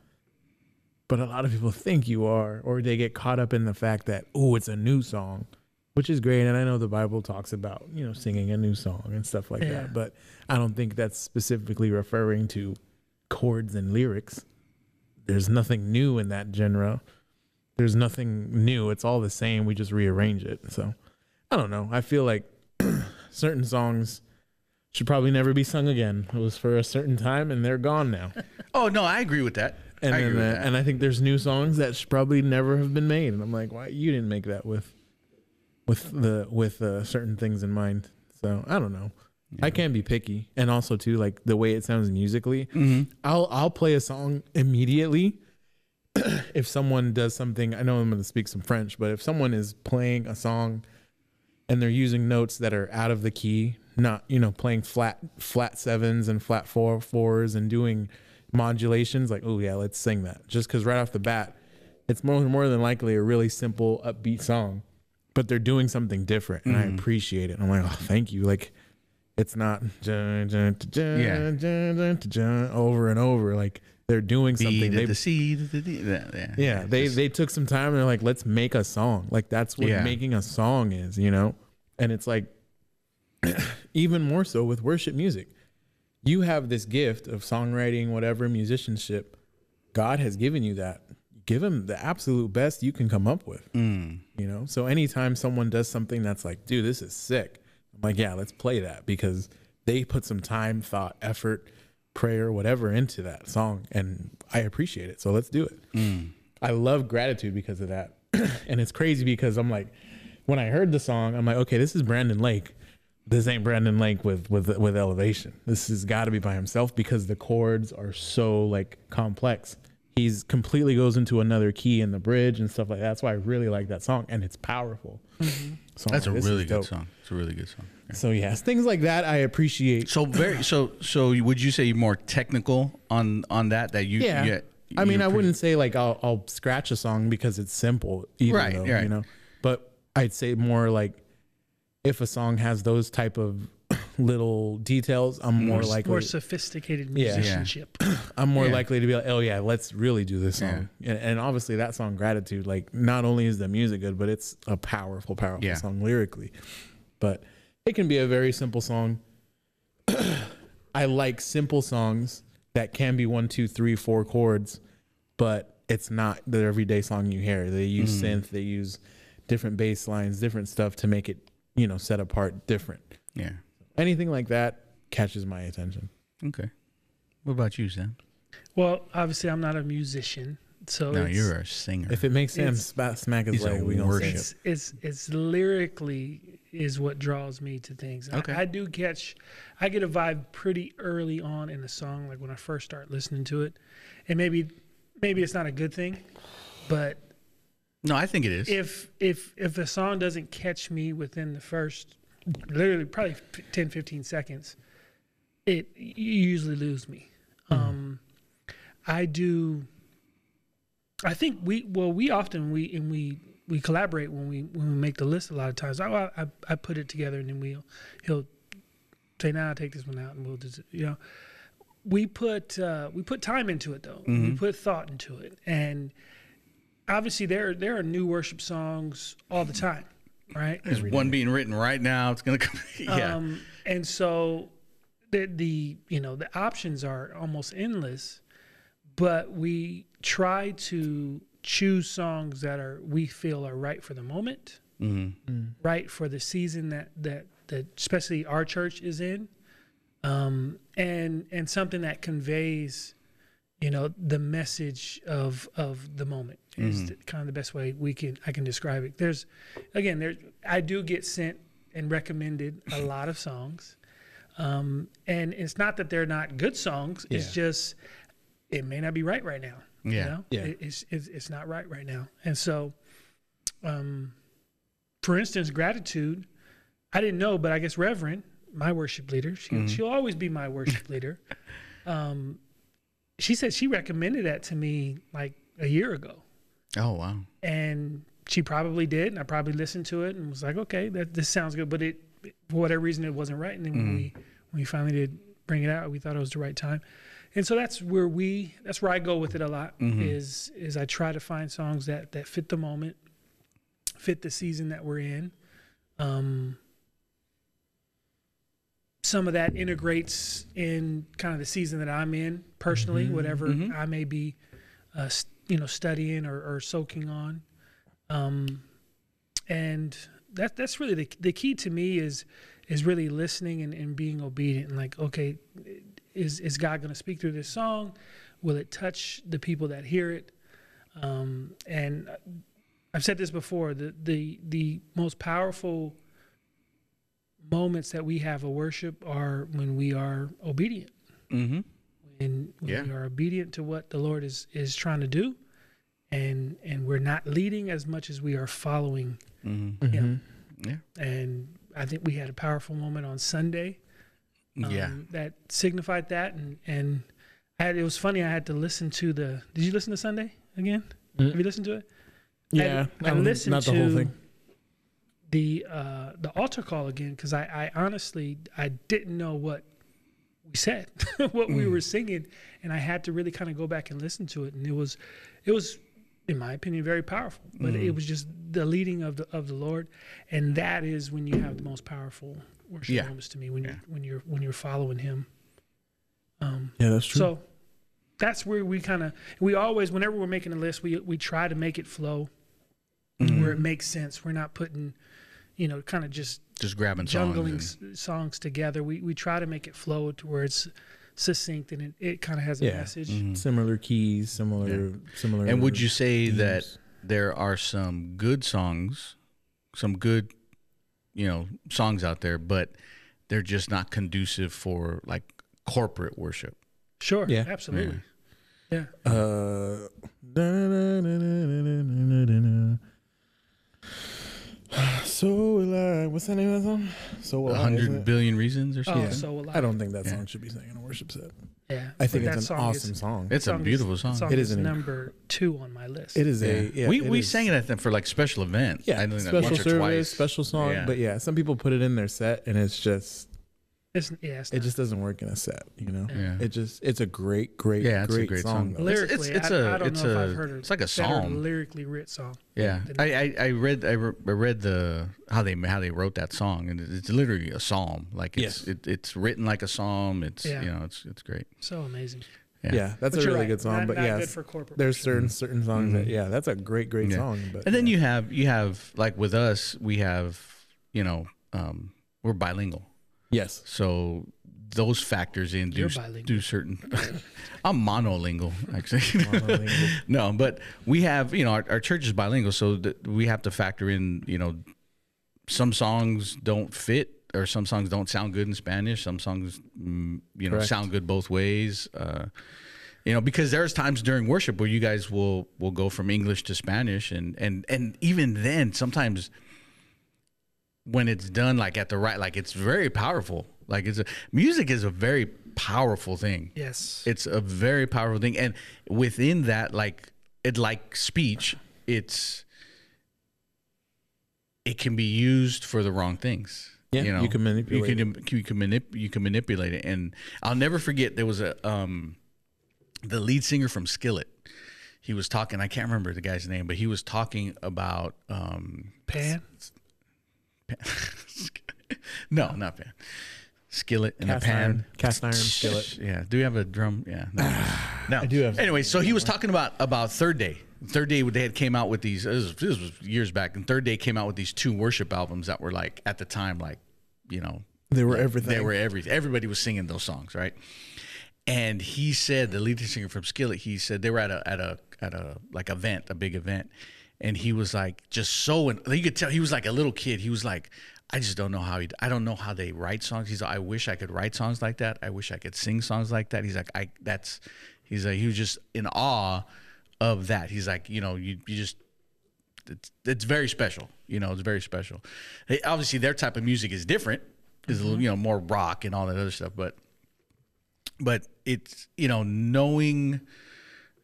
But a lot of people think you are, or they get caught up in the fact that oh, it's a new song, which is great. And I know the Bible talks about, you know, singing a new song and stuff like Yeah. that, but I don't think that's specifically referring to chords and lyrics. There's nothing new in that genre. There's nothing new. It's all the same. We just rearrange it. So I don't know. I feel like certain songs should probably never be sung again. It was for a certain time and they're gone now. Oh no, I agree with that. And I agree then, with uh, that. and I think there's new songs that should probably never have been made. And I'm like, why you didn't make that with with the with uh, certain things in mind? So I don't know. I can be picky, and also too like the way it sounds musically. Mm-hmm. I'll I'll play a song immediately if someone does something. I know I'm going to speak some French, but if someone is playing a song and they're using notes that are out of the key, not you know playing flat flat sevens and flat four fours and doing modulations, like oh yeah, let's sing that. Just because right off the bat, it's more more than likely a really simple upbeat song, but they're doing something different, and Mm-hmm. I appreciate it. I'm like, oh, thank you, like. It's not dun, dun, dun, Yeah. dun, dun, dun, over and over. Like they're doing something. Something They the sea, the, the, the, yeah, yeah, they Just- they took some time and they're like, let's make a song. Like that's what Yeah. making a song is, you know. And it's like even more so with worship music. You have this gift of songwriting, whatever musicianship. God has given you that. Give him the absolute best you can come up with. You know. So anytime someone does something that's like, dude, this is sick. I'm like, yeah, let's play that because they put some time, thought, effort, prayer, whatever into that song, and I appreciate it. So let's do it. I love gratitude because of that. and it's crazy because I'm like, when I heard the song, I'm like, okay, this is Brandon Lake. This ain't Brandon Lake with with with elevation. This has got to be by himself because the chords are so like complex. He's completely goes into another key in the bridge and stuff like that. That's why I really like that song and it's powerful. So I'm Mm-hmm. that's a like, this is really good dope. song. It's a really good song. Yeah. So yes, things like that I appreciate. So very so so. you- Would you say you're more technical on on that? That you Yeah. you- I mean, you I pre- wouldn't say like I'll, I'll scratch a song because it's simple, either, Right, though, right. you know. But I'd say more like if a song has those type of little details, Mm-hmm. I'm more, likely More sophisticated Yeah. Yeah. musicianship. I'm more Yeah. likely to be like, oh yeah, let's really do this song. And, and obviously that song, gratitude, like not only is the music good, but it's a powerful, powerful Yeah. song lyrically. But it can be a very simple song. I like simple songs that can be one, two, three, four chords, but it's not the everyday song you hear. They use Mm-hmm. synth, they use different bass lines, different stuff to make it, you know, set apart different. Yeah. Anything like that catches my attention. Okay. What about you, Sam? Well, obviously, I'm not a musician, so No, it's, you're a singer. Oh, If it makes It's- sense, spa- smack his He's a leg. We gonna sing it. worship. it's, it's it's lyrically is what draws me to things. Okay. I, I do catch, I get a vibe pretty early on in a song, like when I first start listening to it, and maybe maybe it's not a good thing, but no, I think it is. if if if a song doesn't catch me within the first literally probably f- 10 15 seconds it you usually lose me um i do i think we well we often we and we we collaborate when we when we make the list a lot of times Oh, i i, I put it together and then we'll he'll say now nah, take this one out and we'll just you know we put uh, we put time into it though we put thought into it and obviously there there are new worship songs all the time, right? There's one being written right now. It's gonna come. yeah. Um, and so the the you know the options are almost endless, but we try to choose songs that are we feel are right for the moment, Mm-hmm. right for the season that that that especially our church is in, um, and and something that conveys. You know the message of of the moment is the, kind of the best way we can I can describe it. There's, again, there I do get sent and recommended a lot of songs. Um, and it's not that they're not good songs. It's Yeah. just it may not be right right now. Yeah. You know? Yeah. It- it's, it's it's not right right now. And so, um, for instance, gratitude. I didn't know, but I guess Reverend, my worship leader, she, she'll always be my worship leader. Um, she said she recommended that to me like a year ago Oh wow. and she probably did and i probably listened to it and was like okay that this sounds good but it for whatever reason it wasn't right and then when we when we finally did bring it out we thought it was the right time and so that's where we that's where i go with it a lot is is i try to find songs that that fit the moment fit the season that we're in Um, some of that integrates in kind of the season that I'm in personally, whatever mhm. I may be, uh, s- you know, studying or, or soaking on. Um, and that that's really the the key to me is is really listening and, and being obedient and like okay is is god going to speak through this song will it touch the people that hear it um, and i've said this before the the the most powerful moments that we have of worship are when we are obedient Mm-hmm. and when Yeah. we are obedient to what the lord is is trying to do and and we're not leading as much as we are following Mm-hmm. him Yeah. and I think we had a powerful moment on Sunday um, yeah. that signified that. And, and I had, it was funny, I had to listen to the. Did you listen to Sunday again? Mm. Have you listened to it? Yeah, I um, don't- listened not the whole to- thing. The uh, the altar call again because I, I honestly I didn't know what we said, what Mm. we were singing, and I had to really kind of go back and listen to it. And it was, it was, in my opinion, very powerful. But Mm. it was just the leading of the of the Lord, and that is when you have the most powerful worship Yeah. moments to me when Yeah. you when you're when you're following Him. Um, Yeah, that's true. so that's where we kind of we always whenever we're making a list, we we try to make it flow Mm-hmm. where it makes sense. We're not putting, you know, kind of just Just grabbing jungling songs. s songs together. We we try to make it flow to where it's succinct and it, it kind of has a Yeah. Mm-hmm. message. And, Mhm. Mm. similar keys, similar, similar. and would you say Mm-hmm. that themes. there are some good songs, some good, you know, songs out there, but they're just not conducive for like corporate worship? Sure, Yeah. absolutely. Yeah. Uh, so will I. What's the name of that song? So will A I, hundred isn't it? billion reasons or Oh, something. so a lot. I don't think that Yeah. song should be sang in a worship set. Yeah, I think but that it's an song is- awesome song. it's a song is- beautiful that song. song It is is an inc- number two on my list. It is a yeah, we it we is- sang it at them for like special event. Yeah, I think that special once service, or twice. special song. Yeah. But yeah, some people put it in their set, and it's just It's, yeah, it's it not- just doesn't work in a set. You know, yeah. it just it's a great, great, Yeah, it's a great, great song. song. though. It's- lyrically. it's- it's I, a- I don't it's know a- if I've heard a it's like a better song. lyrically writ song. Yeah, than- I, I, I read I re- I read the how they how they wrote that song and it- it's literally a psalm like it's Yes. it, it's written like a psalm it's Yeah. you know it's it's great So amazing. Yeah. Yeah. that's But a you're really right, good song. not- but not yeah, good for corporate. there's certain certain songs that Mhm. yeah, that's a great, great Yeah. song. But and then you have you have like with us we have you know um, we're bilingual yes, so those factors in do, You're bilingual. do certain I'm monolingual actually Monolingual. no but we have you know our, our church is bilingual so that we have to factor in you know some songs don't fit or some songs don't sound good in Spanish. Some songs, mm, you know, Correct. sound good both ways. Uh, you know, because there's times during worship where you guys will will go from English to Spanish, and and and even then, sometimes when it's done like at the right, like it's very powerful. Like it's a music is a very powerful thing. Yes. It's a very powerful thing, and within that, like it, like speech, it's it can be used for the wrong things. Yeah, you know, you can You manipulate can, you can manip- you can manipulate it, and I'll never forget there was a um, the lead singer from Skillet. He was talking. I can't remember the guy's name, but he was talking about um, Pan. no, not pan, skillet and a cast pan. iron, cast iron skillet. Yeah. Do we have a drum? Yeah. No. no. I do have- Anyway, so he was talking about about third day. Third day they had came out with these. This was, this was years back, and third day came out with these two worship albums that were like at the time like, you know, They were everything. they were everything. Everybody was singing those songs, right? And he said the lead singer from Skillet. He said they were at a at a at a like event, a big event, and he was like just so. And you could tell he was like a little kid. He was like, I just don't know how he. I don't know how they write songs. He's like, I wish I could write songs like that. I wish I could sing songs like that. He's like, I that's. He's like he was just in awe of that. He's like, you know, you you just it's, it's very special. You know, it's very special. They, obviously, their type of music is different. Is a little, you know more rock and all that other stuff, but but it's you know knowing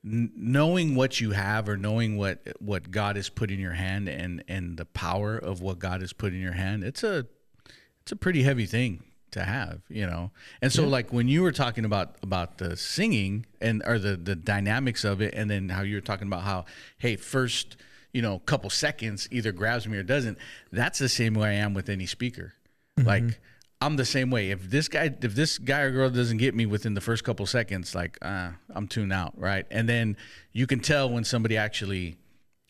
kn- knowing what you have or knowing what what God has put in your hand and and the power of what God has put in your hand. It's a it's a pretty heavy thing to have, you know. And so like when you were talking about about the singing and or the the dynamics of it and then how you were talking about how hey, first you know, couple seconds, either grabs me or doesn't. That's the same way I am with any speaker. Like I'm the same way. If this guy, if this guy or girl doesn't get me within the first couple seconds, like uh, I'm tuned out, right? And then you can tell when somebody actually,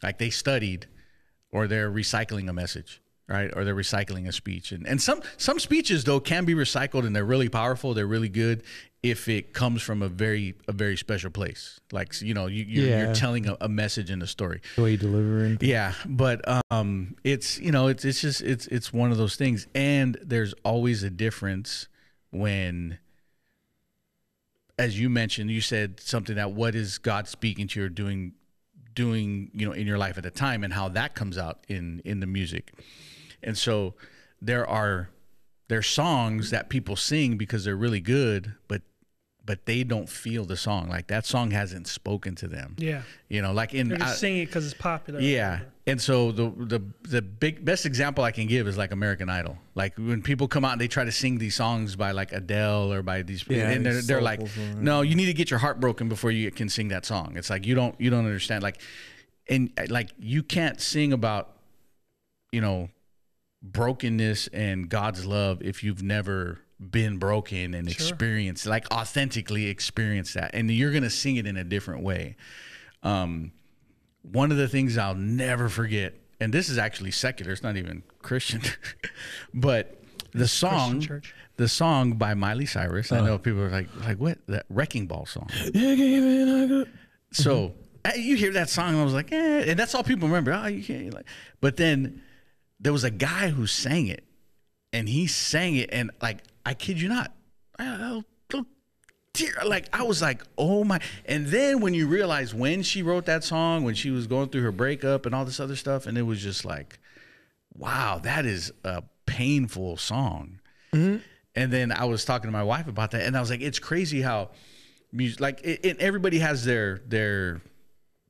like they studied, or they're recycling a message, right? Or they're recycling a speech. And and some some speeches though can be recycled and they're really powerful. They're really good if it comes from a very a very special place. Like you know you you're, Yeah. you're telling a, a message and a story. The way you deliver and Yeah, but um, it's you know it's it's just it's it's one of those things, and there's always a difference when, as you mentioned, you said something that what is God speaking to you or doing, doing you know in your life at the time, and how that comes out in in the music, and so there are there's songs that people sing because they're really good, but but they don't feel the song like that song hasn't spoken to them. Yeah. You know, like in Mm, They're just I- singing it because it's popular. or yeah. whatever. And so the the the big best example I can give is like American Idol. Like when people come out and they try to sing these songs by like Adele or by these Yeah, and they're, these they're like soulful songs. no, you need to get your heart broken before you can sing that song. It's like you don't you don't understand like and uh, like you can't sing about you know brokenness and God's love if you've never been broken and experienced like authentically experienced that and you're going to sing it in a different way one of the things I'll never forget, and this is actually secular, it's not even Christian, but the song, church. the song by Miley Cyrus. I know people are like, like what that wrecking ball song. So eh, you hear that song, and I was like, eh, and that's all people remember. Oh, you can't. Like, but then there was a guy who sang it, and he sang it, and like I kid you not, I, I, tear, like I was like, oh my! And then when you realize when she wrote that song, when she was going through her breakup and all this other stuff, and it was just like, wow, that is a painful song. And then I was talking to my wife about that, and I was like, it's crazy how music, like, it, it, everybody has their their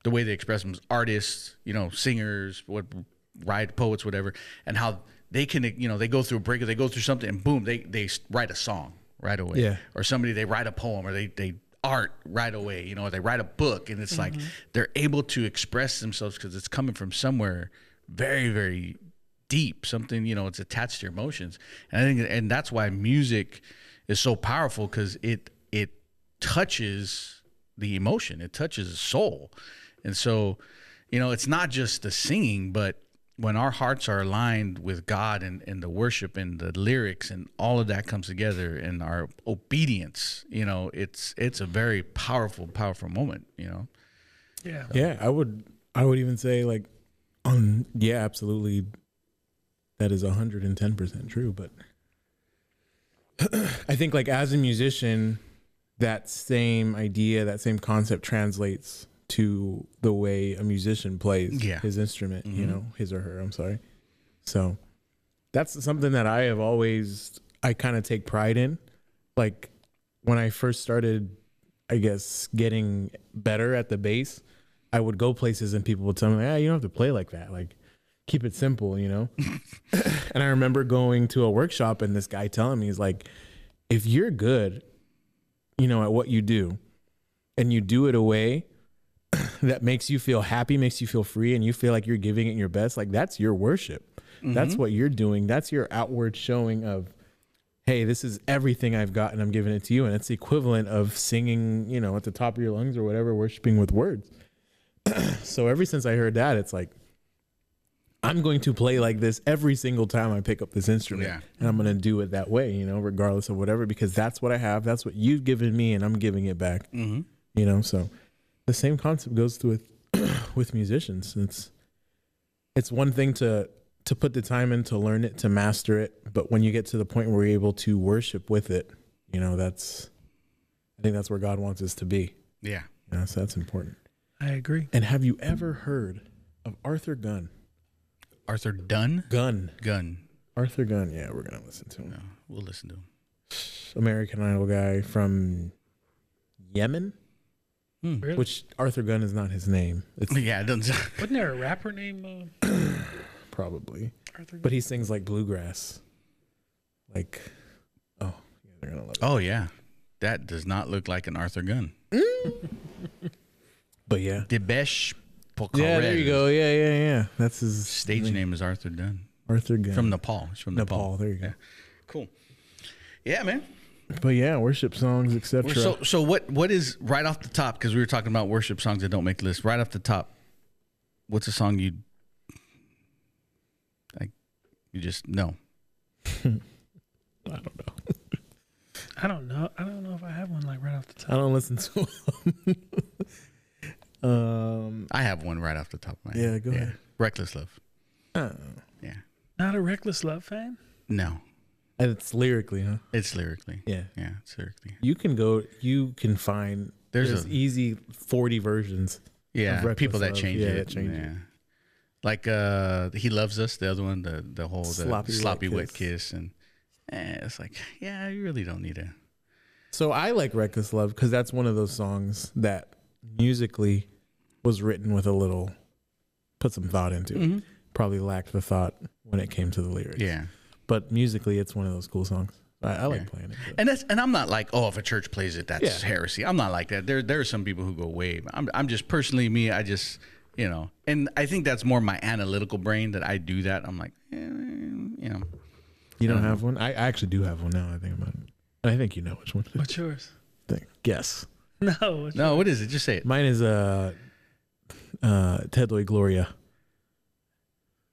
the way they express them, artists, you know, singers, what write poets, whatever, and how they can, you know, they go through a breakup, they go through something, and boom, they they write a song right away, Yeah. or somebody they write a poem, or they they art right away, you know, or they write a book, and it's like they're able to express themselves because it's coming from somewhere very very deep, something you know, it's attached to your emotions, and I think, and that's why music is so powerful because it it touches the emotion it touches the soul and so you know it's not just the singing but when our hearts are aligned with god and, and the worship and the lyrics and all of that comes together and our obedience you know it's it's a very powerful powerful moment you know Yeah. Yeah, I would. I would even say like, on yeah, absolutely. That is hundred and ten percent true. But I think like as a musician, that same idea, that same concept translates to the way a musician plays Yeah. his instrument. You know, his or her. I'm sorry. So that's something that I have always I kind of take pride in. Like when I first started, I guess getting better at the bass, I would go places and people would tell me, "Yeah, you don't have to play like that. Like keep it simple," you know. and I remember going to a workshop and this guy telling me, "He's like, if you're good, you know, at what you do, and you do it a way." that makes you feel happy makes you feel free and you feel like you're giving it your best like that's your worship that's what you're doing that's your outward showing of hey, this is everything I've got and I'm giving it to you. And it's the equivalent of singing, you know, at the top of your lungs or whatever, worshiping with words. so ever since I heard that, it's like, I'm going to play like this every single time I pick up this instrument. Yeah. And I'm going to do it that way, you know, regardless of whatever, because that's what I have. That's what you've given me and I'm giving it back, mm-hmm. you know? So the same concept goes through with, with musicians. It's, it's one thing to to put the time in to learn it to master it but when you get to the point where you're able to worship with it you know that's i think that's where god wants us to be yeah you know, so that's important I agree. and have you ever heard of arthur gunn arthur dunn gunn gunn arthur gunn yeah we're gonna listen to him no, we'll listen to him american idol guy from yemen Hmm. Really? which arthur gunn is not his name it's yeah it doesn't Wasn't there a rapper named uh, probably Arthur? but he sings like bluegrass like oh yeah they're gonna love it. oh yeah that does not look like an arthur gunn but yeah debesh Poincaré. Yeah, there you go. Yeah, yeah, yeah. That's his Stage name is Arthur Dunn Arthur Gunn. from Nepal. He's from Nepal. Nepal, there you go. Yeah. Cool. Yeah, man. but yeah, worship songs, etc. We're So, so what? What is right off the top? Because we were talking about worship songs that don't make the list. Right off the top, what's a song you, like, you just know? I don't know. I don't know. I don't know if I have one like right off the top. I don't listen to them. um, I have one right off the top of my head. Yeah, go ahead. Reckless Love. uh, Yeah. Not a reckless love fan. No, and it's lyrically, huh? it's lyrically. Yeah. Yeah, it's lyrically. You can go. You can find. There's There's, a- easy forty versions. Of Yeah, Reckless people that Love. change Yeah, it. that change it. yeah. Like uh, he loves us. The other one, the the whole the sloppy, Sloppy Wet wet kiss, and eh, it's like, yeah, you really don't need a. So I like "Reckless Love" because that's one of those songs that musically was written with a little, put some thought into. Mm. it. Probably lacked the thought when it came to the lyrics. Mm-hmm. Yeah. but musically, it's one of those cool songs. I, I like Yeah. playing it. but- And that's and I'm not like oh if a church plays it that's Yeah. heresy. I'm not like that. There there are some people who go way. I'm I'm just personally me. I just you know, and I think that's more my analytical brain that I do that. I'm like, eh, you know, You don't have one? I, I actually do have one now. I think about it. And I think you know which one. I What's yours? think. Guess. No. What's no. What is it? Just say it. Mine is uh, uh, Ted Lloyd Gloria.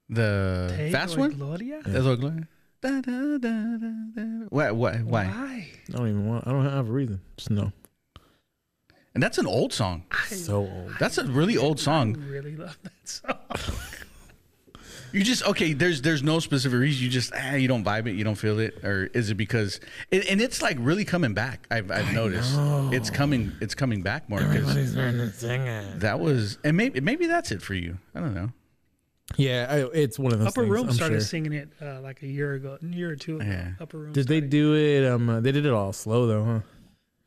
The Tay fast or one. Gloria. That's what. Glenn- Da, da, da, da, da. Why, why? Why? Why? I don't even want. I don't have a reason. Just no. And that's an old song. So old. That's a really old I song. really love that song. You just okay. There's there's no specific reason. You just ah, you don't vibe it. You don't feel it. Or is it because? And, and it's like really coming back. I've I've noticed it's coming. It's coming back more because that was and maybe maybe that's it for you. I don't know. Yeah, I, it's one of those. Upper things, Room I'm started sure. singing it uh, like a year ago, a year or two ago. Yeah. Upper Room. Did they started- do it? Um, uh, they did it all slow though, huh?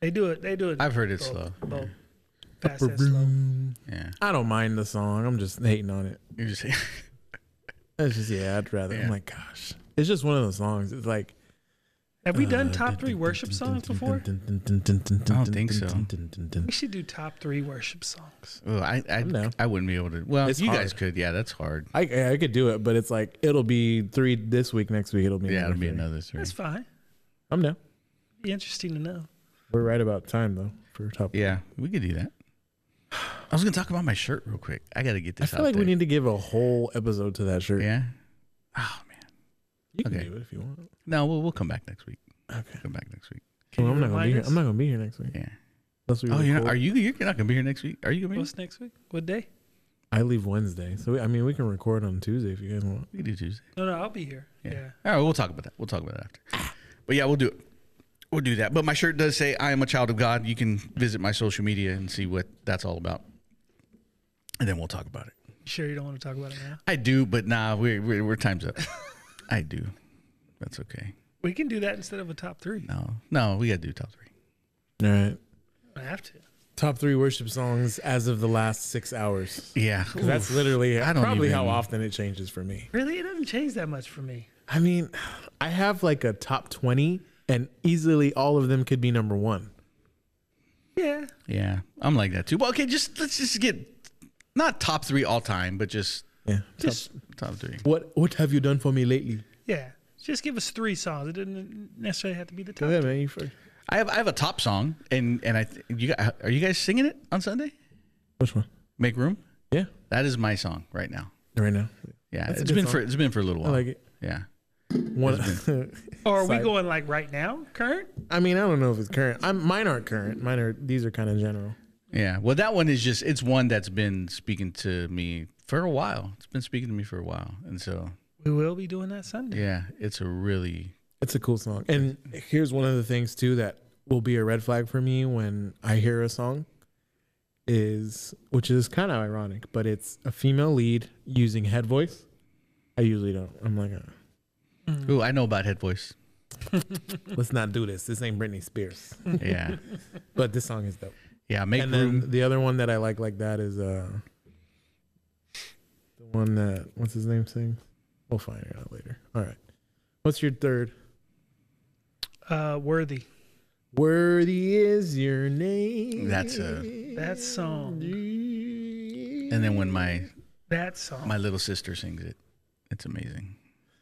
They do it. They do it. I've heard it both- slow. Both. Fast Upper and slow. Room. Yeah. I don't mind the song. I'm just hating on it. You just It's just yeah. I'd rather. Yeah. I'm like, gosh. It's just one of those songs. It's like Have we done uh, top three worship songs before? I don't think so. We should do top three worship songs. oh, I I, know. I wouldn't be able to. Well, It's you hard. guys could. Yeah, that's hard. I I I could do it, but it's like it'll be three this week. Next week it'll be Yeah, it'll be three. another three. That's fine. I'm down. Be interesting to know. We're right about time though for top. Yeah, we could do that. I was gonna talk about my shirt real quick. I gotta get I this. feel out like we there. need to give a whole episode to that shirt. Yeah. Oh man. you can okay. do it if you want. No, we'll we'll come back next week. Okay. Come back next week. Can Well, I'm you not gonna be remind here. us? I'm not gonna be here next week. Yeah. Unless we Oh, you're not, record. are you? You're not gonna be here next week. Are you gonna be? Here? What's next week? What day? I leave Wednesday, so we, I mean we can record on Tuesday if you guys want. We can do Tuesday. No, no, I'll be here. Yeah. Yeah. All right, we'll talk about that. We'll talk about that after. But yeah, we'll do it. We'll do that. But my shirt does say "I am a child of God." You can visit my social media and see what that's all about, and then we'll talk about it. You sure you don't want to talk about it now? I do, but nah, we're we're, we're time's up. I do. That's okay. We can do that instead of a top three. No, no, we gotta do top three. All right. I have to. Top three worship songs as of the last six hours. Yeah, 'Cause That's literally I don't probably how even- often it changes for me. Really, it doesn't change that much for me. I mean, I have like a top twenty, and easily all of them could be number one. Yeah. yeah. I'm like that too. But okay, just let's just get not top three all time, but just Yeah. Just top three. What What have you done for me lately? yeah. Just give us three songs. It doesn't necessarily have to be the Go top. ahead, man. You first. I have I have a top song, and and I th- you got, are you guys singing it on Sunday? Which one? Make room. Yeah, That is my song right now. right now. Yeah, That's a it's good been song. for it's been for a little I while. like it. Yeah, One. Or are we Side. going like right now, current? I mean, I don't know if it's current. I'm mine aren't current. Mine are these are kind of general. yeah. Well, that one is just it's one that's been speaking to me for a while. It's been speaking to me for a while, and so We will be doing that Sunday. yeah, it's a really It's a cool song. And here's one of the things too that will be a red flag for me when I hear a song is which is kind of ironic, but it's a female lead using head voice. I usually don't. I'm like, uh, ooh. I know about head voice. let's not do this. This ain't Britney Spears. Mm. Yeah, But this song is dope. yeah. Make and room. then the other one that I like like that is uh the one that what's his name sings. We'll find it out later. All right. What's your third? Uh, worthy. Worthy is your name. That's a- That song. and then when my That song. my little sister sings it, it's amazing.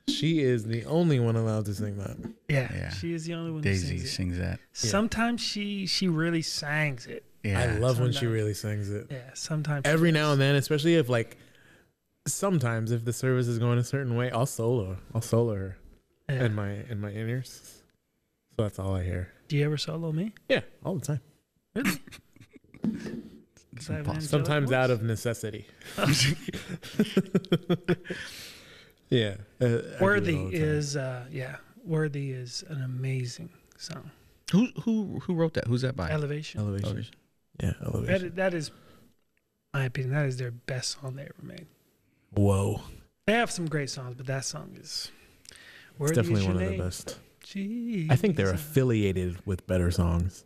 She is the only one allowed to sing that. yeah, yeah. She is the only one Daisy who sings sings it. that. Sometimes she she really sings it. Yeah, I love when she Sometimes. really sings it. Yeah. Sometimes she Every does. now and then, especially if like sometimes if the service is going a certain way, I'll solo. I'll solo her Yeah. in my in my ears. So that's all I hear. Do you ever solo me? Yeah, all the time. It's I have an impossible. Sometimes Angelic out voice? of necessity. yeah. uh, I do it all Worthy the time. is uh yeah. Worthy is an amazing song. Who who who wrote that? Who's that by? Elevation. elevation. Elevation. Yeah, elevation. That that is my opinion, that is their best song they ever made. Whoa, They have some great songs, but that song it's is Worthy definitely is your one of the name. best. Jeez. I think they're affiliated with better songs,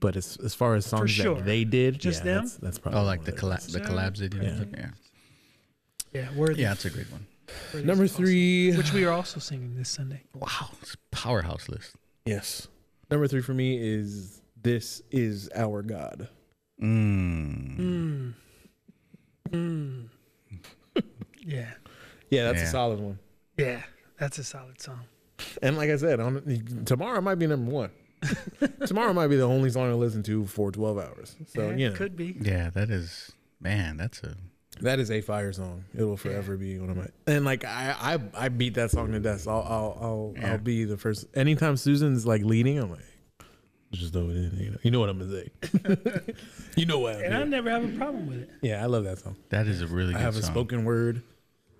but as as far as songs sure. that they did, Just yeah, them? That's, that's probably Oh, like one the of their collab the collabs they did. Yeah. Yeah, yeah, worthy. yeah, it's a great one. Worthy best. is Number awesome. three, which we are also singing this Sunday. Wow, it's a powerhouse list. yes, number three for me is this is our God. Mm. Mm. Mm. yeah. Yeah, that's Yeah. a solid one. Yeah. That's a solid song. And like I said, on tomorrow might be number one. tomorrow might be the only song I listen to for twelve hours. So yeah, you it know, could be. Yeah, that is man. That's a That is a fire song. It will forever be one of my. And like I, I, I beat that song to death. I'll, I'll, I'll, Yeah. I'll be the first. Anytime Susan's like leading, I'm like, just throw it in. You know, you know what I'm gonna say. you know what? And I I'm never have a problem with it. yeah, I love that song. that is a really good I have a song. spoken word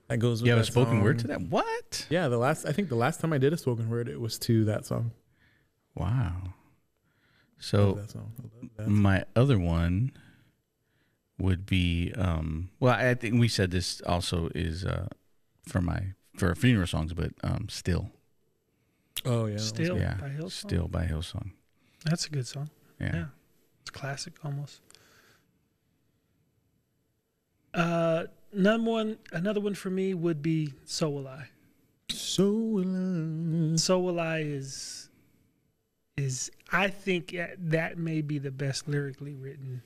that goes. With you have a that spoken word song. to that? What? Yeah, the last I think the last time I did a spoken word, it was to that song. Wow. I love So that song. I love that. my other one would be um well I think we said this also is uh for my for funeral songs but um still Oh yeah, that was Still good. yeah, by Hillsong. still by Hillsong. That's a good song. Yeah. Yeah. It's classic almost. Uh another one another one for me would be So Will I. So alone. So Will I is is I think that- that may be the best lyrically written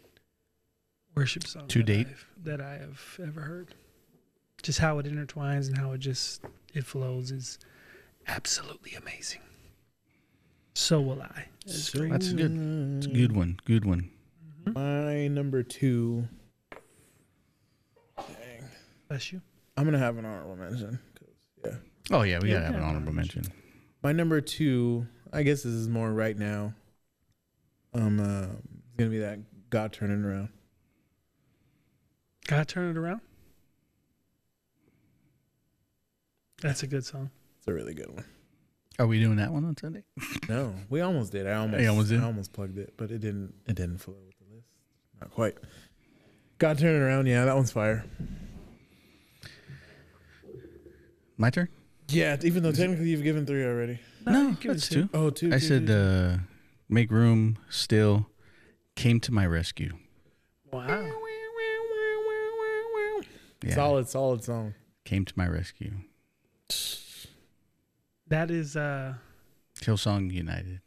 worship song To that date? I've- that I have ever heard. Just how it intertwines and how it just it flows is absolutely amazing. So will I. is So great. That's good. It's a good one. Good one. My number two. Dang. Bless you. I'm gonna have an honorable mention. Oh yeah, we gotta have Yeah, yeah, an honorable honorable mention. My number two, I guess this is more right now. Um, uh, it's gonna be that God turning around. God turn it around. That's a good song. It's a really good one. Are we doing that one on Sunday? No, we almost did. I almost, You almost did? I almost plugged it, but it didn't. It didn't flow with the list. Not quite. God turning around. Yeah, that one's fire. My turn? Yeah, even though technically you've given three already. No, you give it that's two. two. Oh, two. I two, said two, uh make room still came to my rescue. Wow. two. Yeah. Ah. Solid, solid song. Came to my rescue. That is uh Hillsong United.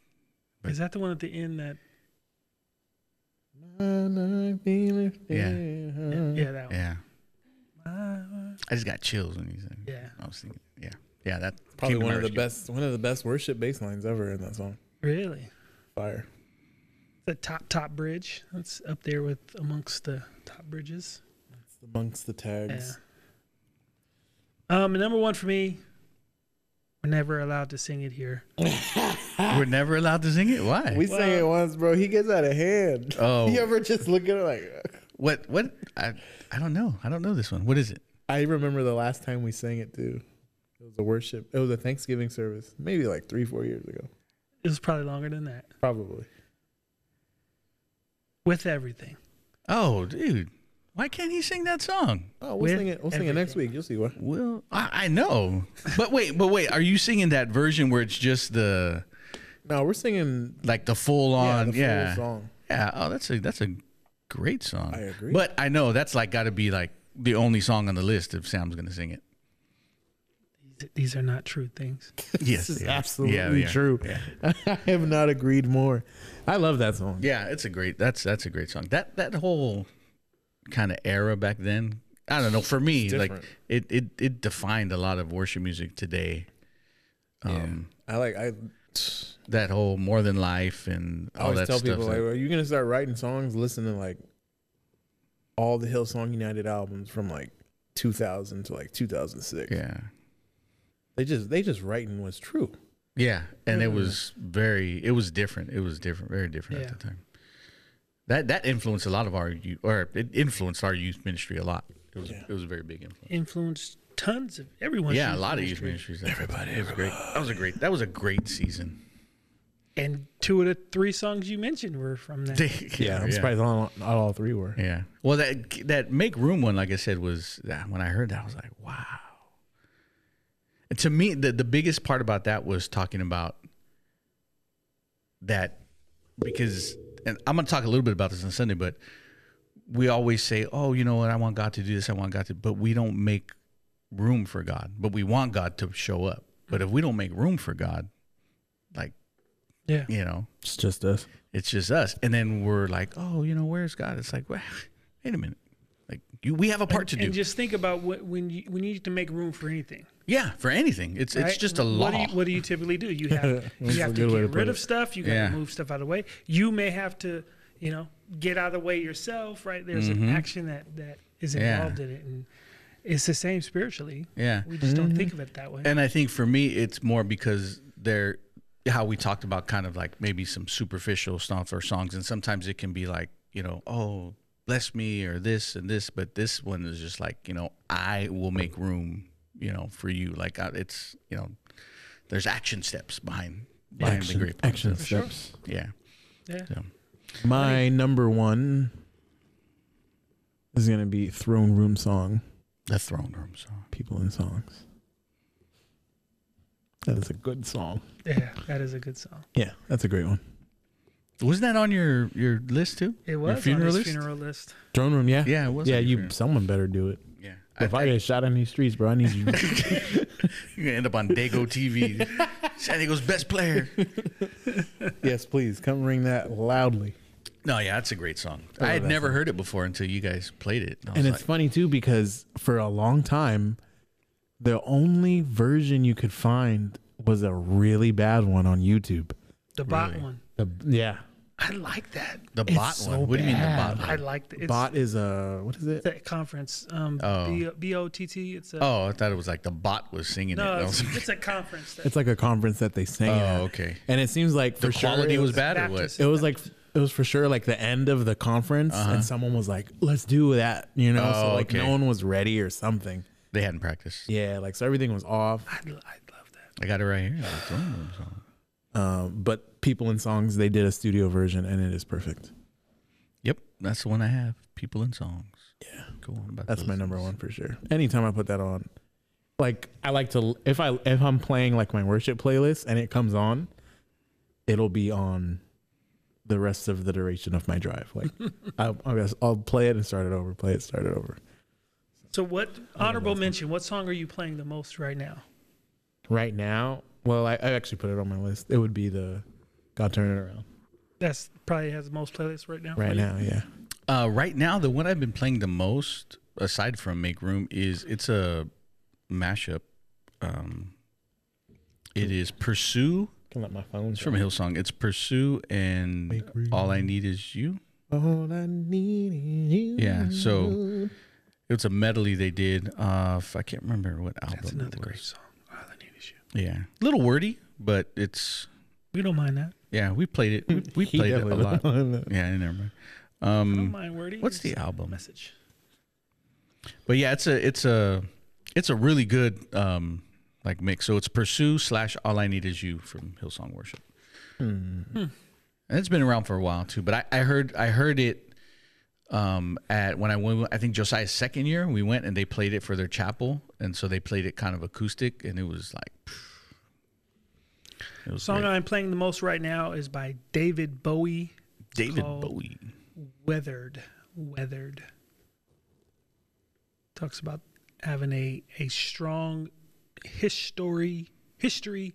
But- is that the one at the end that yeah, Yeah. yeah that one. Yeah. My- I just got chills when you said Yeah, I was thinking yeah. Yeah, that Probably came to one my of rescue. the best one of the best worship bass lines ever in that song. really. Fire. The top top bridge. That's up there with amongst the top bridges. It's amongst the Yeah. tags. Um, number one for me. We're never allowed to sing it here. We're never allowed to sing it. Why? We sang it once, bro. He gets out of hand. oh, You ever just look at it like what? What? I, I don't know. I don't know this one. What is it? I remember the last time we sang it too. It was a worship. It was a Thanksgiving service, maybe like three, four years ago. It was probably longer than that. Probably. With everything. Oh, dude, why can't he sing that song? Oh, we'll With sing it. We'll sing it next week. You'll see why. Well, I, I know, but wait, but wait. Are you singing that version where it's just the No, we're singing like the full yeah, the on? full Yeah, yeah. song. Oh, that's a that's a great song. I agree. But I know that's like got to be like the only song on the list if Sam's gonna sing it. These are not true things. Yes, This is yeah. absolutely Yeah, yeah, true. Yeah. I have not agreed more. I love that song. Yeah, it's a great. That's that's a great song. That that whole kind of era back then. I don't know. For me, like different. it, it it defined a lot of worship music today. Um, I like I That whole more than life and all always that tell stuff. people like, that- are you gonna start writing songs? Listen to like all the Hillsong United albums from like 2000 to like 2006. yeah, They just they just writing what's true. yeah, and Mm-hmm. it was very, it was different. It was different, very different Yeah. at the time. That that influenced a lot of our youth, or it influenced our youth ministry a lot. It was it was a very big influence. Influenced tons of everyone. Yeah, a lot of youth ministries. Everybody, that was great. That was a great. That was a great season. And two of the three songs you mentioned were from that. Yeah, I'm surprised all, not all three were. Yeah. Well, that that make room one, like I said, was that when I heard that, I was like, wow. And to me, the the biggest part about that was talking about that because, and I'm gonna talk a little bit about this on Sunday, but we always say, oh, you know what, I want God to do this, I want God to, but we don't make room for God, but we want God to show up. But if we don't make room for God, like Yeah. you know, It's just us. it's just us. And then we're like, oh, you know, where's God? It's like, well, wait a minute. Like you, we have a part to do. And just think about what, when you when you need to make room for anything. yeah, for anything. It's it's right? just a law. What do you, what do you typically do? You have That's you have a to good way to get put rid it. of stuff. You got to Yeah. move stuff out of the way. You may have to you know get out of the way yourself. Right? There's an action that that is Mm-hmm. Yeah. involved in it, and it's the same spiritually. yeah. We just don't Mm-hmm. think of it that way. And I think for me, it's more because they're how we talked about kind of like maybe some superficial stuff or songs, and sometimes it can be like you know, oh, bless me or this and this, but this one is just like you know, I will make room, you know, for you. Like I, it's you know, there's action steps behind behind the Action, great points. action steps. Yeah. yeah. So. My number one is gonna be throne room song. The throne room song. People in songs. That is a good song. yeah, that is a good song. Yeah, that's a great one. Wasn't that on your your list too? It was funeral on his list? funeral list. Throne room, yeah, Yeah, it was. yeah. on your You, funeral. someone better do it. Yeah, If I, get shot in these streets, bro, I need you. you're gonna end up on Dago TV, San Diego's best player. yes, please come ring that loudly. No, yeah, that's a great song. I had never heard it before until you guys played it. I was And it's like, funny too because for a long time, the only version you could find was a really bad one on YouTube. The bot one. The, yeah, I like that. the it's bot so one. What do you mean the bad. bot I one? like the, it's bot is a what is it? that conference. Um, Oh. B- B-O-T-T, It's a Oh, I thought it was like the bot was singing it. no. I It's, was like, it's a conference. That, It's like a conference that they sang. at. oh, okay. And it seems like for The sure quality it was bad or what? Baptist. It was like it was for sure like the end of the conference, and someone was like, "Let's do that," you know. Uh-huh. Oh, so like okay. no one was ready or something. They hadn't practiced. Yeah, like so everything was off. I, I love that. I got it right here. The throne room song. Um, but people in songs, they did a studio version, and it is perfect. Yep, that's the one I have. People in songs. Yeah, cool. I'm about to That's my listen. number one for sure. Anytime I put that on, like I like to if I if I'm playing like my worship playlist and it comes on, it'll be on the rest of the duration of my drive. Like I, I guess I'll play it and start it over. Play it, start it over. So what honorable mention? What song are you playing the most right now? Right now, well, I, I actually put it on my list. It would be the God Turn It Around. That's probably has the most playlists right now. for Right you. now, yeah. Uh, right now, the one I've been playing the most, aside from Make Room, is it's a mashup. Um, it is Pursue. Can let my phone. It's from Hillsong. It's Pursue and Make Room. All I Need Is You. All I need is you. Yeah, so- It's a medley they did. Uh, I can't remember what album. That's another it great was. song. Ah, All I need is you. Yeah, a little wordy, but it's We don't mind that. yeah. We played it. We, we He played it a definitely lot. don't know. Yeah, never mind. I Um, don't mind wordy. what's It's the a album? Message. But yeah, it's a it's a it's a really good um like mix. So it's Pursue slash All I Need Is You from Hillsong Worship. Hmm. And it's been around for a while too. But I, I heard I heard it um at when I went I think Josiah's second year we went and they played it for their chapel and so they played it kind of acoustic and it was like it was Song great. I'm playing the most right now is by David Bowie. David called- Bowie. Weathered. Weathered. Talks about having a, a strong history history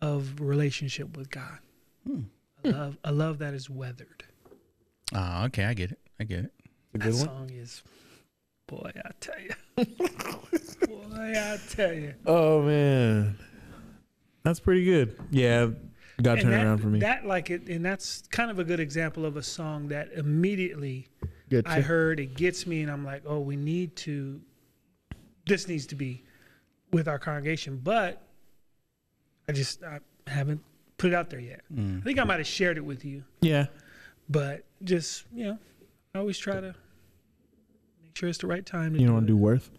of relationship with God. Hmm. A love a love that is weathered. Ah, okay, I get it. I get it. It's a That good one. song is, boy, I tell you, boy, I tell you. Oh man, that's pretty good. Yeah, got And turned that, around for me. that like it, and that's kind of a good example of a song that immediately Good. I heard it gets me, and I'm like, oh, we need to. This needs to be with our congregation, but I just I haven't put it out there yet. Mm. I think I might have shared it with you, yeah, but just you know, I always try to make sure it's the right time. To you don't want it. to do worth.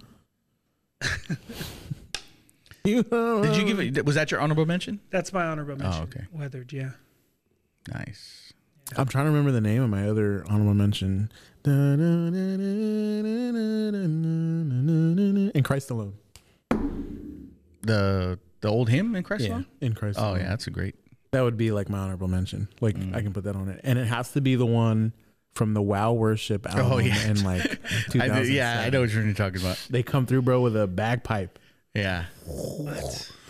you Did you give it? Was that your honorable mention? That's my Oh, honorable mention. okay. Weathered, yeah. Nice. I'm trying to remember the name of my other honorable mention. In Christ alone. The the old hymn in Christ song. in Christ. Oh alone. yeah, that's a great. that would be like my honorable mention. Like I can put that on it, and it has to be the one from the Wow Worship album yeah. in like I 2000. do- yeah, I know what you're talking about. They come through, bro, with a bagpipe. Yeah,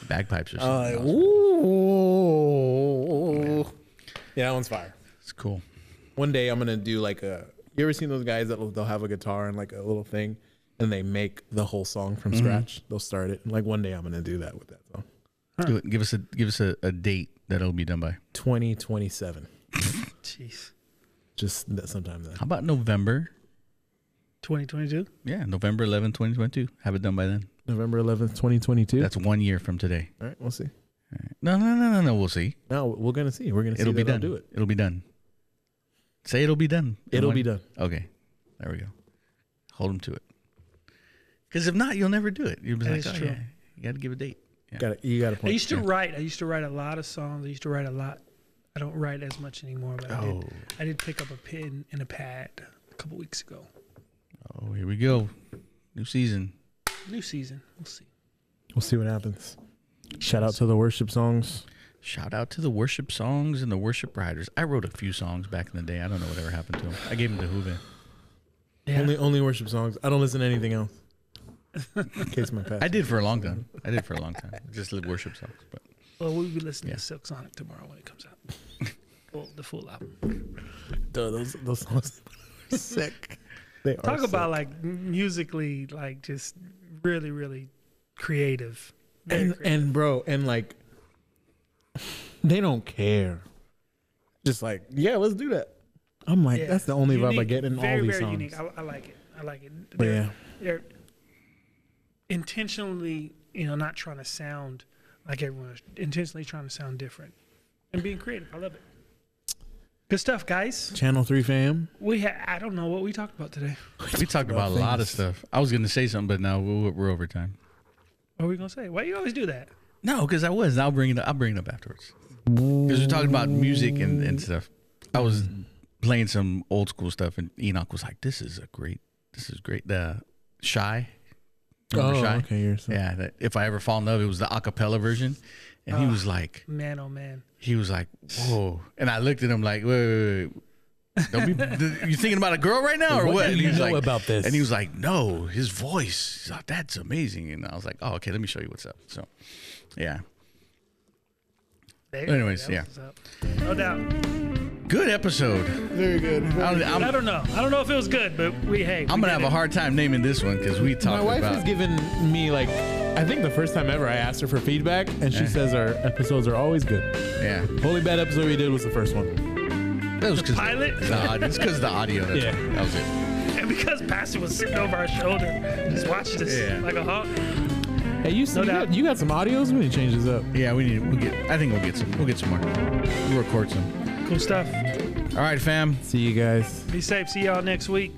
bagpipes or Uh, something. else. ooh. Yeah, that one's fire. It's cool. One day I'm gonna do like a. You ever seen those guys that they'll have a guitar and like a little thing, and they make the whole song from Mm-hmm. scratch? They'll start it. Like one day I'm gonna do that with that song. Do it. Give us a give us a, a date that it'll be done by. 2027. Jeez. Just that sometime then. How about November? 2022? Yeah, November 11, 2022. Have it done by then. November 11th, 2022. That's one year from today. All right, we'll see. No, no, no, no, no. We'll see. No, we're gonna see. We're gonna see It'll be that done. I'll do it. will be done. Say it'll be done. in It'll one- be done. Okay. There we go. Hold them to it. Because if not, you'll never do it. You'll be That like, is oh, true. yeah. You got to give a date. Yeah. Got it. You got a I point. used to write. I used to write a lot of songs. I used to write a lot. I don't write as much anymore, but I, Oh, did, I did pick up a pen and a pad a couple weeks ago. oh, here we go. New season. New season. We'll see. We'll see what happens. Shout out to the worship songs. Shout out to the worship songs and the worship riders. I wrote a few songs back in the day. I don't know whatever happened to them. I gave them to Hooven. Yeah. Only only worship songs. I don't listen to anything else. In case my past. I did for a long time. I did for a long time. Just like worship songs. But well, we'll be listening Yeah. to Silk Sonic tomorrow when it comes out. Well, the full album. Duh, those those songs are sick. They are Talk sick. about like m- musically, like just really, really creative. Very and creative. and bro and like they don't care. Just like yeah, let's do that. I'm like Yeah. that's the only vibe I Unique, get in very, all these very songs. Unique. I, I like it. I like it. But They're- yeah, they're intentionally, you know, not trying to sound like everyone else, intentionally trying to sound different and being creative. I love it. Good stuff, guys. Channel Three fam. We ha- I don't know what we talked about today. we talked about, about a lot of things. stuff. I was going to say something, but now we're, we're over time. What are we gonna say? Why you always do that? No, because I was. and I'll bring it. Up, I'll bring it up afterwards. Because we're talking about music and, and stuff. I was playing some old school stuff, and Enoch was like, "This is a great. This is great." The shy. Remember Oh, shy? okay, you're so. Yeah. That, if I ever fall in love, it was the acapella version, and Ah. he was like, Man, oh man. he was like, "Whoa!" And I looked at him like, "Wait, wait, wait, wait. don't be. th- you thinking about a girl right now or what?" What do And he you was know like, about this? And he was like, "No, his voice. He's like, That's amazing." And I was like, "Oh, okay. Let me show you what's up." So, yeah. There Anyways, that was what's up. No doubt. Good episode. Very good. I am I don't know. I don't know if it was good, but we hey. I'm gonna have a hard time naming this one because we My talked wife about. has given me like I think the first time ever I asked her for feedback, and she Yeah. says our episodes are always good. yeah, Only bad episode we did was the first one. that was because pilot? The audio, it's because the audio. That's Yeah. that was it. and because Pastor was sitting over our shoulder, just watching us Yeah. like a hawk. Hey, you No you, doubt. got, you got some audios? We need to change this up. Yeah, we need. We'll get. I think we'll get some. We'll get some more. We'll record some. Cool stuff. All right, fam. See you guys. Be safe. See y'all next week.